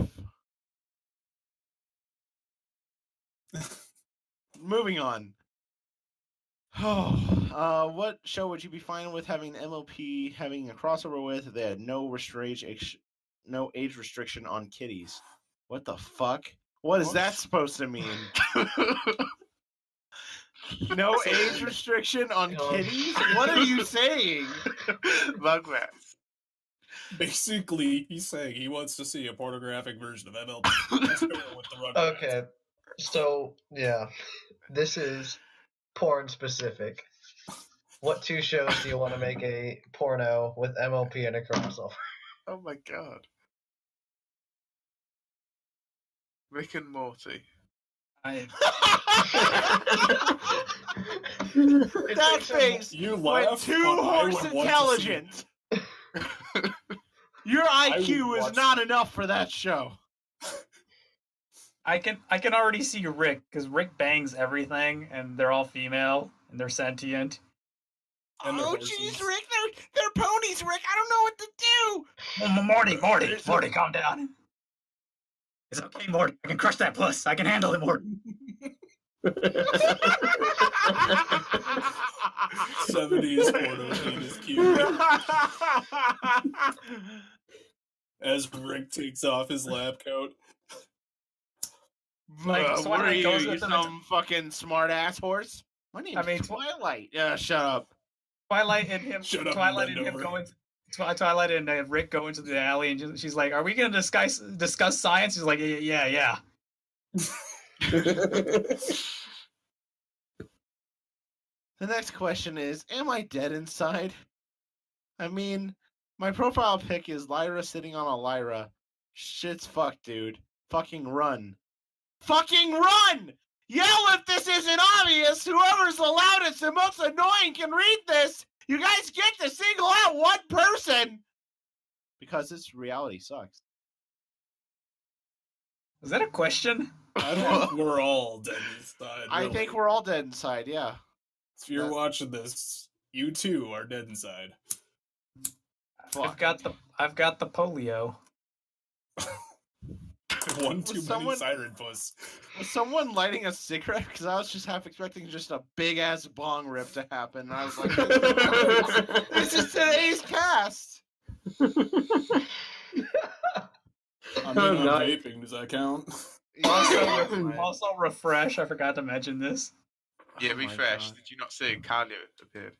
Moving on. Oh, uh, what show would you be fine with having MLP having a crossover with? if They had no restraint, ex- no age restriction on kitties. What the fuck? What is What? that supposed to mean? no age restriction on Yeah. kitties? What are you saying? Rugrats. Basically, he's saying he wants to see a pornographic version of MLB. Let's go with the Rugrats. Okay, so yeah, this is porn specific. What two shows do you want to make a porno with MLP and a crossover? Oh my god. Rick and Morty. I, That face You went laugh. too but I would horse want to see- intelligent. Your would IQ is watch not enough for that show. I can I can already see Rick because Rick bangs everything, and they're all female and they're sentient. And their oh horses. jeez, Rick, they're, they're ponies, Rick. I don't know what to do. M- Morty, Morty, Morty, calm down. It's okay, Morty. I can crush that puss. I can handle it, Morty. Seventies porno scene is cute. As Rick takes off his lab coat. Like, Uh, what Twilight are you, goes you into the- some fucking smart ass horse? My name's I mean, tw- Twilight. Yeah, shut up. Twilight and him, Shut up and Twilight bend and him over. going. Twi- Twilight and uh, Rick go into the alley, and ju- she's like, "Are we gonna discuss discuss science?" He's like, "Yeah, yeah, yeah." The next question is, am I dead inside? I mean, my profile pic is Lyra sitting on a Lyra. Shit's fucked, dude. Fucking run. Fucking run! Yell if this isn't obvious! Whoever's the loudest and most annoying can read this! You guys get to single out one person! Because this reality sucks. Is that a question? I think we're all dead inside. I really. think we're all dead inside, yeah. If you're watching this, you too are dead inside. Fuck. I've got the I've got the polio. One Was too many someone- siren puss. Was someone lighting a cigarette? Because I was just half expecting just a big ass bong rip to happen. And I was like, this is today's cast. I mean, I'm I'm not- vaping. Does that count? Also, also refresh. I forgot to mention this. Yeah, Oh my refresh. God. Did you not see Carly appeared?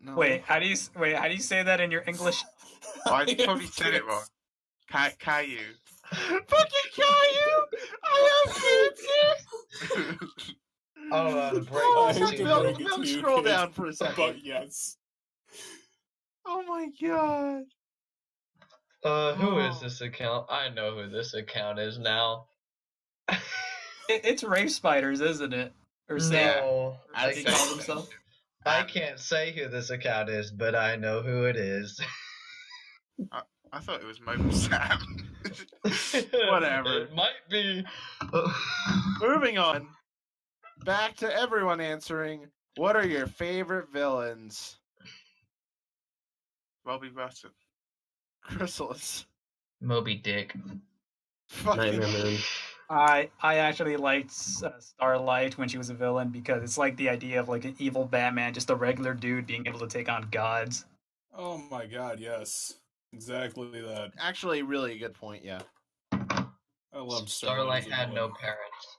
No. Wait, how do you s- wait? How do you say that in your English? I probably said it wrong. Ca- Caillou. Fucking Caillou! I have kids I don't know how to break Oh, I hate to let break me- it let me to you, scroll kids, down for a second. But yes. Oh my god. Uh, who is Oh. this account? I know who this account is now. It, it's rape spiders, isn't it? Or say no, I I they think call that's- can't, themselves. I can't say who this account is, but I know who it is. I thought it was Mobile Sam. Whatever. It might be. Moving on. Back to everyone answering. What are your favorite villains? Robbie Rotten, Chrysalis, Moby Dick. fucking Nightmare Moon. I I actually liked uh, Starlight when she was a villain because it's like the idea of like an evil Batman, just a regular dude being able to take on gods. Oh my god, yes. Exactly that. Actually, really a good point. Yeah. I love Starlight had no parents.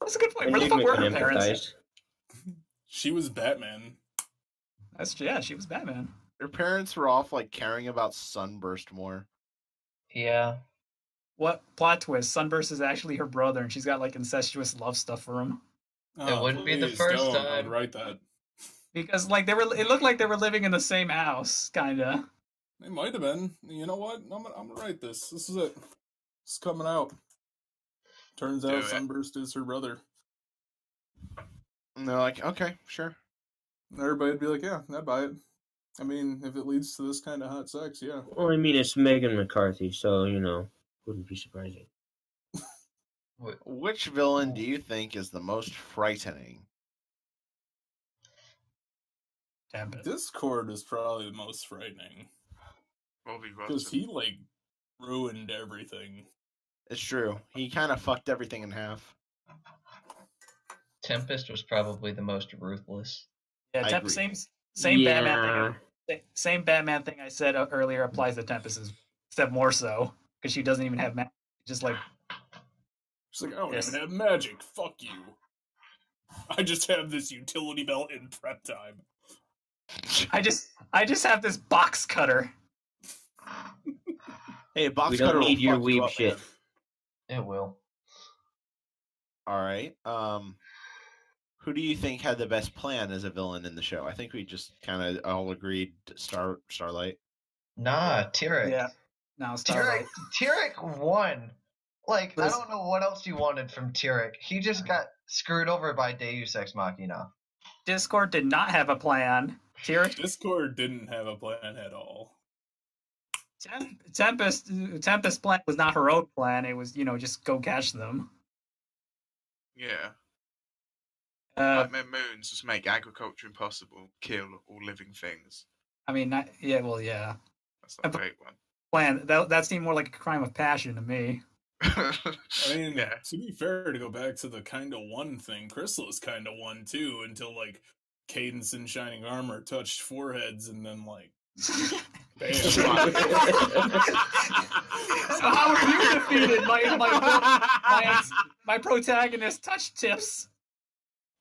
That's a good point. Where the You fuck make were me her parents? empathize. She was Batman. That's yeah, she was Batman. Their parents were off like caring about Sunburst more. Yeah. What plot twist? Sunburst is actually her brother, and she's got like incestuous love stuff for him. Oh, wouldn't be the please first don't. I time. would write that. Because like they were, it looked like they were living in the same house, kinda. It might have been. You know what? I'm gonna, I'm gonna write this. This is it. It's coming out. Turns Do out it. Sunburst is her brother. And they're like, okay, sure. And Everybody'd be like, yeah, I'd buy it. I mean, if it leads to this kind of hot sex, yeah. Well, I mean, it's Megan McCarthy, so you know, wouldn't be surprising. Wait, Which villain do you think is the most frightening? Tempest. Discord is probably the most frightening Robbie because Rotten. he like ruined everything. It's true. He kind of fucked everything in half. Tempest was probably the most ruthless. Yeah, I Temp- agree. same same Batman Yeah. thing. sa- Same Batman thing I said uh, earlier applies to Tempest, as- except more so because she doesn't even have magic. Just like She's like, I don't Yes. even have magic. Fuck you. I just have this utility belt in prep time. I just I just have this box cutter. Hey, a box We don't cutter will need your fuck you weeb up, shit. man. It will. All right. Um, who do you think had the best plan as a villain in the show? I think we just kind of all agreed Star Starlight. Nah, Tyrek. Yeah. Now Tyrek Starlight. Tyrek won. Like, I Listen. don't know what else you wanted from Tyrek. He just got screwed over by Deus Ex Machina. Discord did not have a plan. Tyrick, Discord didn't have a plan at all. Temp- Tempest, Tempest plan was not her own plan. It was you know just go catch them. Yeah. Uh, Nightmare Moons just make agriculture impossible, kill all living things. I mean, not, yeah, well, yeah. That's not a Ab- great one. Plan that that seemed more like a crime of passion to me. I mean, yeah. to be fair, to go back to the kind of one thing, Chrysalis kind of one too until like Cadence and Shining Armor touched foreheads and then like, bam. So how were you defeated? My my my, ex- my protagonist touch tips.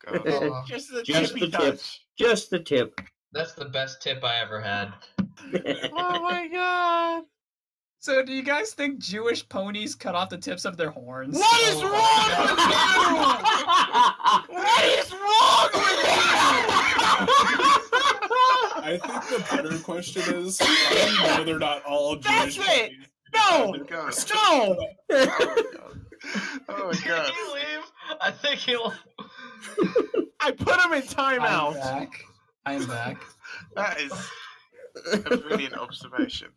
God. Just the Just tippy the tip. touch. Just the tip. Oh, That's the best tip I ever had. Oh my god! So do you guys think Jewish ponies cut off the tips of their horns? What is wrong with you? What is wrong with you? I think the better question is I know they're not all That's Jewish. it! babies. No! Oh, God. No! Oh, God. Oh, my Did God. he leave? I think he left. I put him in I'm timeout. back. I'm back. That is a brilliant observation.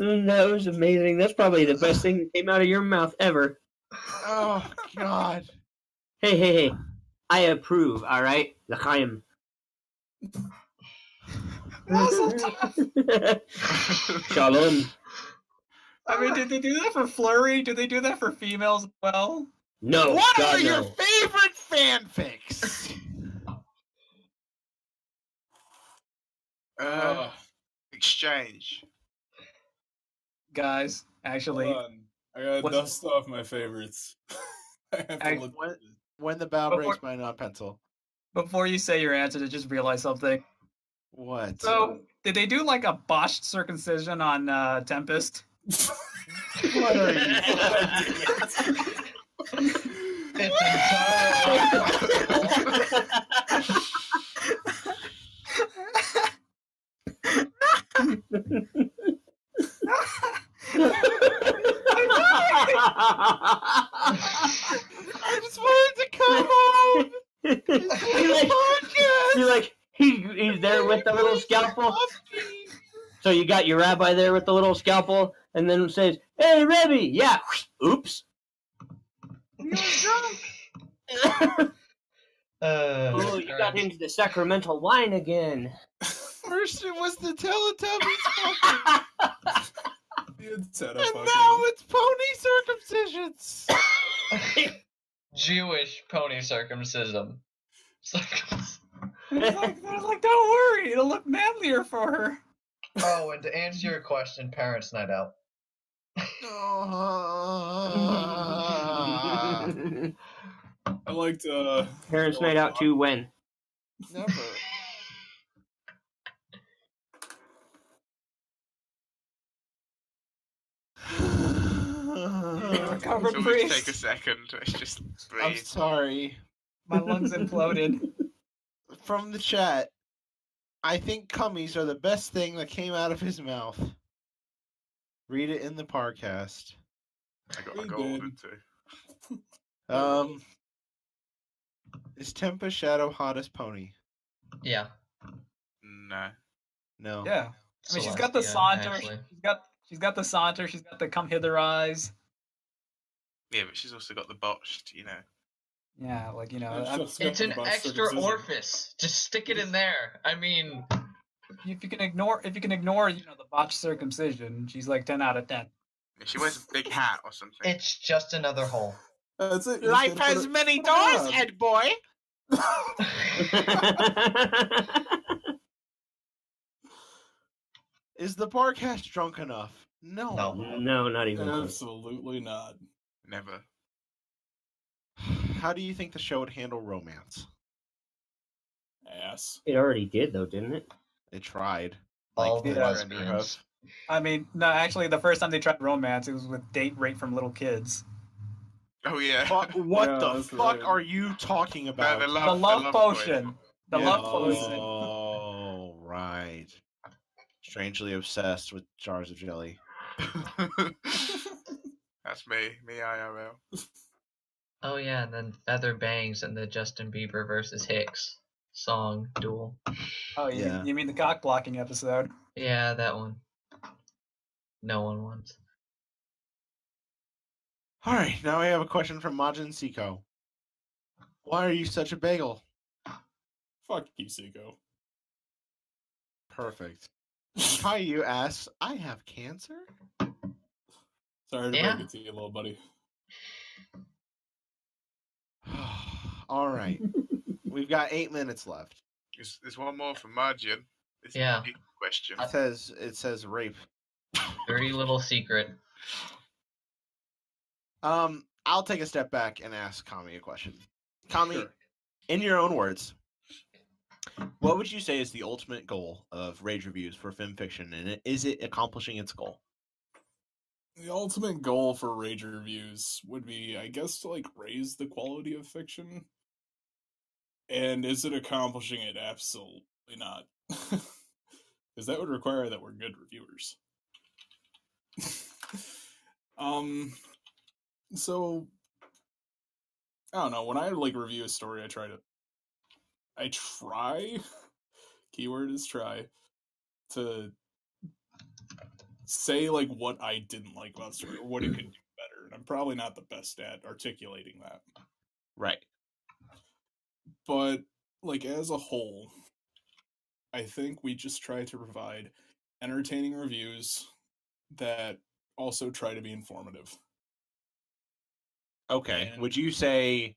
Mm, That was amazing. That's probably the best thing that came out of your mouth ever. Oh god. Hey, hey, hey. I approve, all right? L'chaim. Shalom. I mean, did they do that for Flurry? Do they do that for females as well? No. what God, are your no. favorite fanfics? Uh, Uh, exchange. Guys, actually, hold on. I gotta What- dust off my favorites. I have to I- look. what- when the bow Before- breaks my non pencil. before you say your answer, I just realized something. What? So, did they do like a botched circumcision on uh, Tempest? what are you? It's entirely possible. I just wanted to come home. you like, you like he, he's there with the little scalpel. So you got your rabbi there with the little scalpel, and then says, "Hey, Rabbi, yeah, oops." Uh, Uh, Oh, you got into the sacramental wine again. Mercer was the Teletubbies fucking, It's had a and fucking- now it's pony circumcisions. Jewish pony circumcision. Circumc- It's like, they're like, don't worry, it'll look manlier for her. oh, and to answer your question, parents' night out. Ah, I liked uh Parents night out too. When? Never. Cover Someone take a priest. second. Let's just I'm breathe. sorry. My lungs imploded. From the chat, I think cummies are the best thing that came out of his mouth. Read it in the podcast. I got a gold Good. and two. Um, is Tempa Shadow hottest pony? Yeah. No. No. Yeah. I mean, she's got the Celestia, saunter. actually. She's got she's got the saunter. She's got the come hither eyes. Yeah, but she's also got the botched, you know. Yeah, like you know, I I'm- just It's nothing an about extra circumcision. orifice. Just stick it in there. I mean, if you can ignore if you can ignore you know the botched circumcision, she's like ten out of ten. Yeah, She wears a big hat or something. it's just another hole. That's it. Life has many doors, Ed boy. Is the podcast drunk enough? No. No. no, not Uh, even. close. Absolutely not. Never. How do you think the show would handle romance? Ass. It already did though, didn't it? It tried. All the the lesbian lesbians. I mean, no, actually, the first time they tried romance, it was with date rape from little kids. Oh yeah. Fuck, what Yeah, the that's fuck right. are you talking No, about? the love, the love potion. The Yeah. love potion. oh, right. Strangely obsessed with jars of jelly. potion. That's me. Me IRL. Oh yeah, and then Feather Bangs and the Justin Bieber versus Hicks song duel. Oh, you, Yeah. you mean the cock blocking episode? Yeah, that one. No one wants. All right, now I have a question from Majin Siko. Why are you such a bagel? Fuck you, Seiko. Perfect. Hi, you asks, I have cancer? Sorry to Yeah. break it to you, little buddy. All right. We've got eight minutes left. There's, there's one more for Margin. It's a Yeah. big question. It says it says rape. Dirty little secret. Um, I'll take a step back and ask Kami a question. Kami, Sure. in your own words, what would you say is the ultimate goal of rage reviews for film fiction, and i- is it accomplishing its goal? The ultimate goal for rage reviews would be, I guess, to like raise the quality of fiction. And is it accomplishing it? Absolutely not. Because that would require that we're good reviewers. um, so I don't know. When I like review a story, I try to, I try. Keyword is try to say like what I didn't like about the story or what it could do better. And I'm probably not the best at articulating that. Right. But like as a whole, I think we just try to provide entertaining reviews that also try to be informative. Okay. And- Would you say,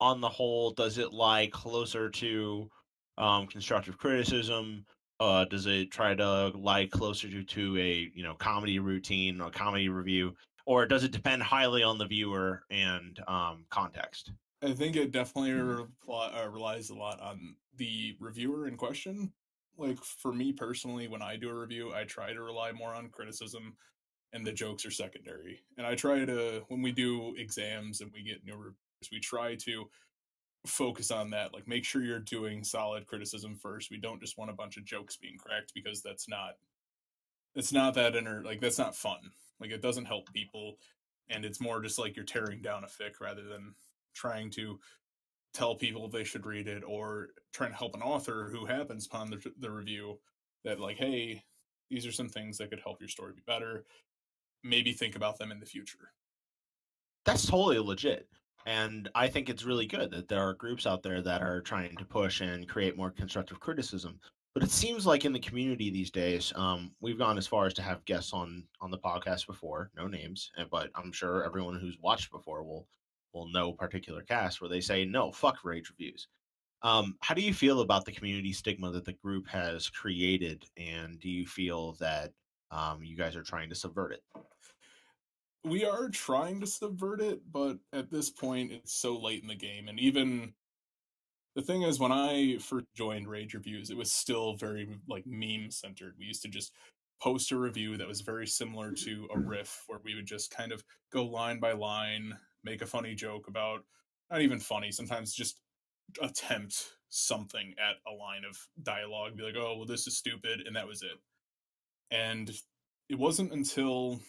on the whole, does it lie closer to um, constructive criticism? Uh, does it try to lie closer to, to a you know comedy routine or comedy review, or does it depend highly on the viewer and um, context? I think it definitely repli- uh, relies a lot on the reviewer in question. Like for me personally, when I do a review, I try to rely more on criticism, and the jokes are secondary. And I try to when we do exams and we get new reviews, we try to focus on that. Like make sure you're doing solid criticism first. We don't just want a bunch of jokes being cracked because that's not it's not that inner like that's not fun. Like it doesn't help people, and it's more just like you're tearing down a fic rather than trying to tell people they should read it or trying to help an author who happens upon the, the review that like hey these are some things that could help your story be better maybe think about them in the future that's totally legit and i think it's really good that there are groups out there that are trying to push and create more constructive criticism but it seems like in the community these days, um, we've gone as far as to have guests on on the podcast before, no names, and- but I'm sure everyone who's watched before will will know particular casts where they say no, fuck rage reviews. Um, how do you feel about the community stigma that the group has created, and do you feel that um, you guys are trying to subvert it? we are trying to subvert it, but at this point, it's so late in the game. And even the thing is, when I first joined Rage Reviews, it was still very like meme centered. We used to just post a review that was very similar to a riff, where we would just kind of go line by line, make a funny joke about not even funny, sometimes just attempt something at a line of dialogue, be like, oh, well, this is stupid, and that was it. And it wasn't until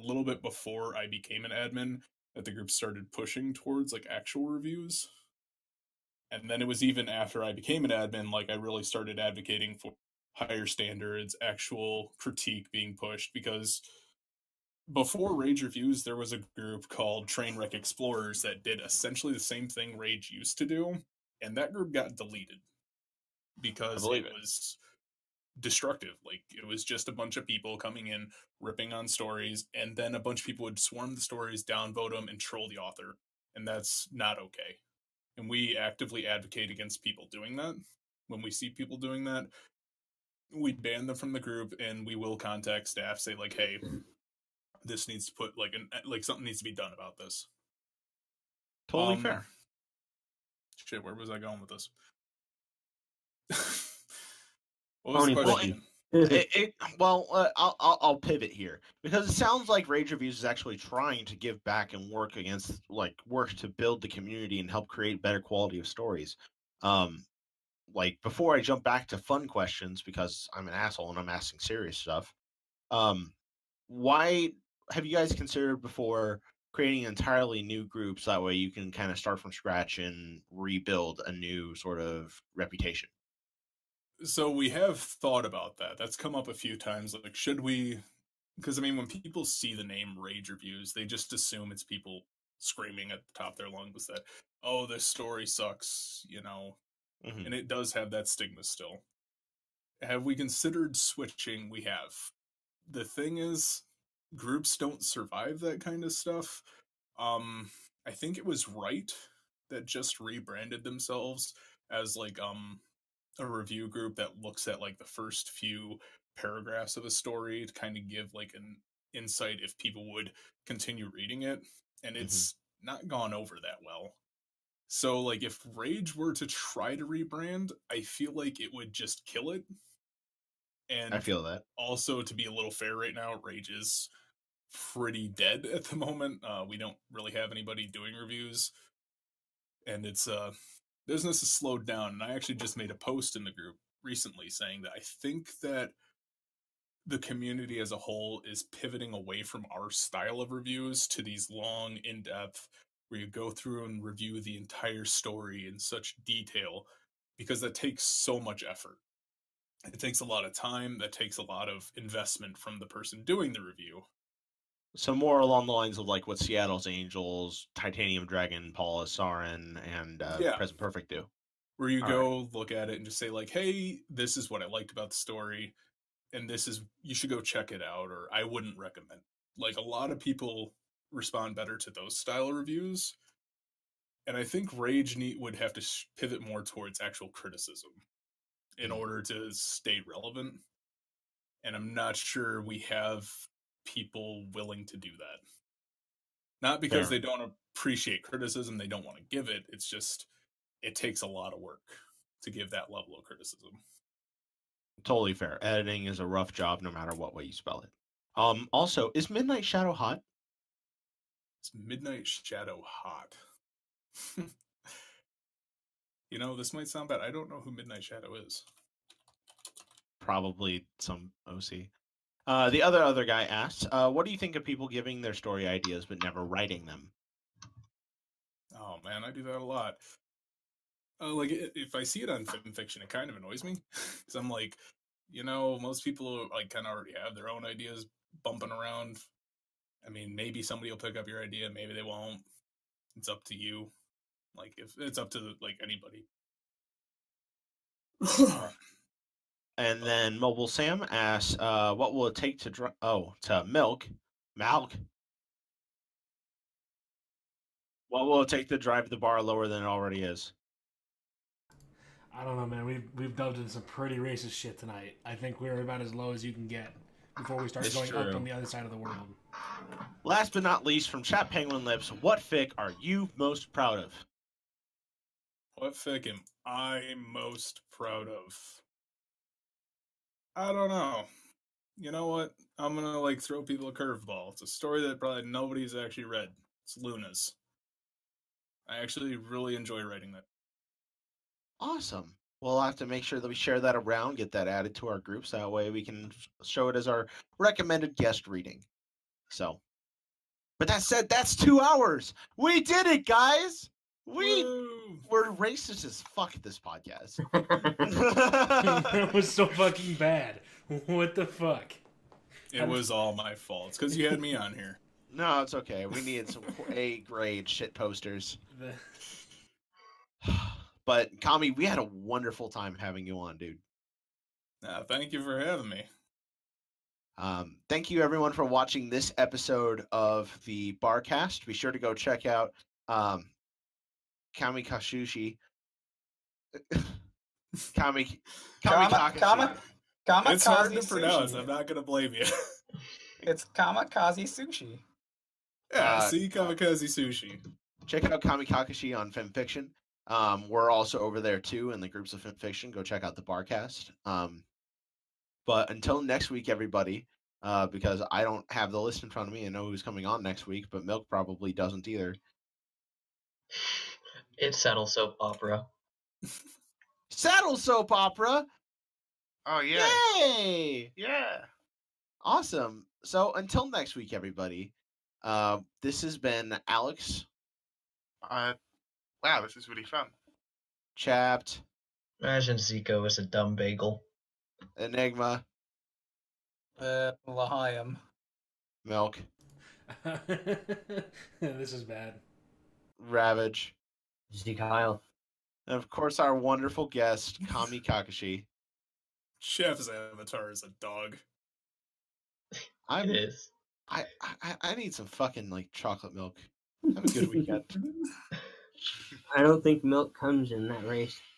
a little bit before I became an admin that the group started pushing towards like actual reviews. And then it was even after I became an admin, like I really started advocating for higher standards, actual critique being pushed because before Rage Reviews, there was a group called Trainwreck Explorers that did essentially the same thing Rage used to do. And that group got deleted because believe it it. was destructive. Like it was just a bunch of people coming in, ripping on stories, and then a bunch of people would swarm the stories, downvote them, and troll the author. And that's not okay. And we actively advocate against people doing that. When we see people doing that, we ban them from the group and we will contact staff, say like, hey, this needs to put like an like something needs to be done about this. Totally Um, fair. Shit, where was I going with this? what was Pony the Well, question? Well, it, it, well uh, I'll, I'll I'll pivot here because it sounds like Rage Reviews is actually trying to give back and work against like work to build the community and help create better quality of stories. Um, like before I jump back to fun questions because I'm an asshole and I'm asking serious stuff. Um, why have you guys considered before creating entirely new groups that way you can kind of start from scratch and rebuild a new sort of reputation? so we have thought about that that's come up a few times like should we because i mean when people see the name rage reviews they just assume it's people screaming at the top of their lungs that oh this story sucks you know Mhm. and it does have that stigma still have we considered switching we have the thing is groups don't survive that kind of stuff um i think it was right that just rebranded themselves as like um a review group that looks at like the first few paragraphs of a story to kind of give like an insight if people would continue reading it and Mhm. it's not gone over that well so like if rage were to try to rebrand i feel like it would just kill it and I feel that. also to be a little fair right now rage is pretty dead at the moment uh we don't really have anybody doing reviews and it's uh business has slowed down and i actually just made a post in the group recently saying that i think that the community as a whole is pivoting away from our style of reviews to these long in-depth where you go through and review the entire story in such detail because that takes so much effort it takes a lot of time that takes a lot of investment from the person doing the review So more along the lines of like what Seattle's Angels, Titanium Dragon, Paula Sarin, and uh, Yeah. Present Perfect do. where you All right. go look at it and just say like hey this is what i liked about the story and this is you should go check it out or i wouldn't recommend like a lot of people respond better to those style reviews and i think rage neat would have to sh- pivot more towards actual criticism in Mhm. order to stay relevant and i'm not sure we have people willing to do that not because Fair. they don't appreciate criticism they don't want to give it it's just it takes a lot of work to give that level of criticism Totally fair. Editing is a rough job no matter what way you spell it. Um also, is Midnight Shadow hot? is midnight shadow hot you know this might sound bad i don't know who midnight shadow is Probably some OC. Uh the other other guy asks, uh what do you think of people giving their story ideas but never writing them? oh man i do that a lot uh, like i- if i see it on fan fiction it kind of annoys me because i'm like you know most people like kind of already have their own ideas bumping around i mean maybe somebody will pick up your idea maybe they won't it's up to you like if it's up to like anybody And then Mobile Sam asks, uh, "What will it take to dr- oh to milk milk? What will it take to drive the bar lower than it already is?" I don't know, man. We've we've dubbed in some pretty racist shit tonight. I think we're about as low as you can get before we start It's going true. up on the other side of the world. Last but not least, from Chat Penguin Lips, what fic are you most proud of? What fic am I most proud of? I don't know. You know what? I'm gonna like throw people a curveball. It's a story that probably nobody's actually read. It's Luna's. I actually really enjoy writing that. Awesome. We'll have to make sure that we share that around, get that added to our groups. That way we can sh- show it as our recommended guest reading. So, but that said, that's two hours. We did it, guys. We Woo! were racist as fuck at this podcast. that was so fucking bad. What the fuck? It was all my fault. It's because you had me on here. no, it's okay. We needed some A grade shit posters. The, But Kami, we had a wonderful time having you on, dude. Uh, thank you for having me. Um, thank you everyone for watching this episode of the Barcast. Be sure to go check out um, Kami Kashushi. Kami Kama- Kami Kakashi. Kama- Kamikaze It's hard to sushi. pronounce. I'm not gonna blame you. It's kamikaze sushi. yeah, Uh, see, Kamikaze Sushi. Check out Kami Kakashi on FemFiction. Um, we're also over there too in the groups of FemFiction. Go check out the Barcast. Um, but until next week, everybody, uh, because I don't have the list in front of me and know who's coming on next week, but Milk probably doesn't either. It's saddle soap opera. Saddle Soap Opera. Oh yeah, Yay! yeah. Awesome. So until next week, everybody. Uh, this has been Alex Uh, wow, this is really fun. Chapped Imagine Zico is a dumb bagel. Enigma Uh, Lahayim. Milk this is bad. Ravage, Zeke Kyle. and of course our wonderful guest Kami Kakashi. Chef's avatar is a dog. I'm, It is. I, I I- I need some fucking like chocolate milk. Have a good weekend. I don't think milk comes in that race.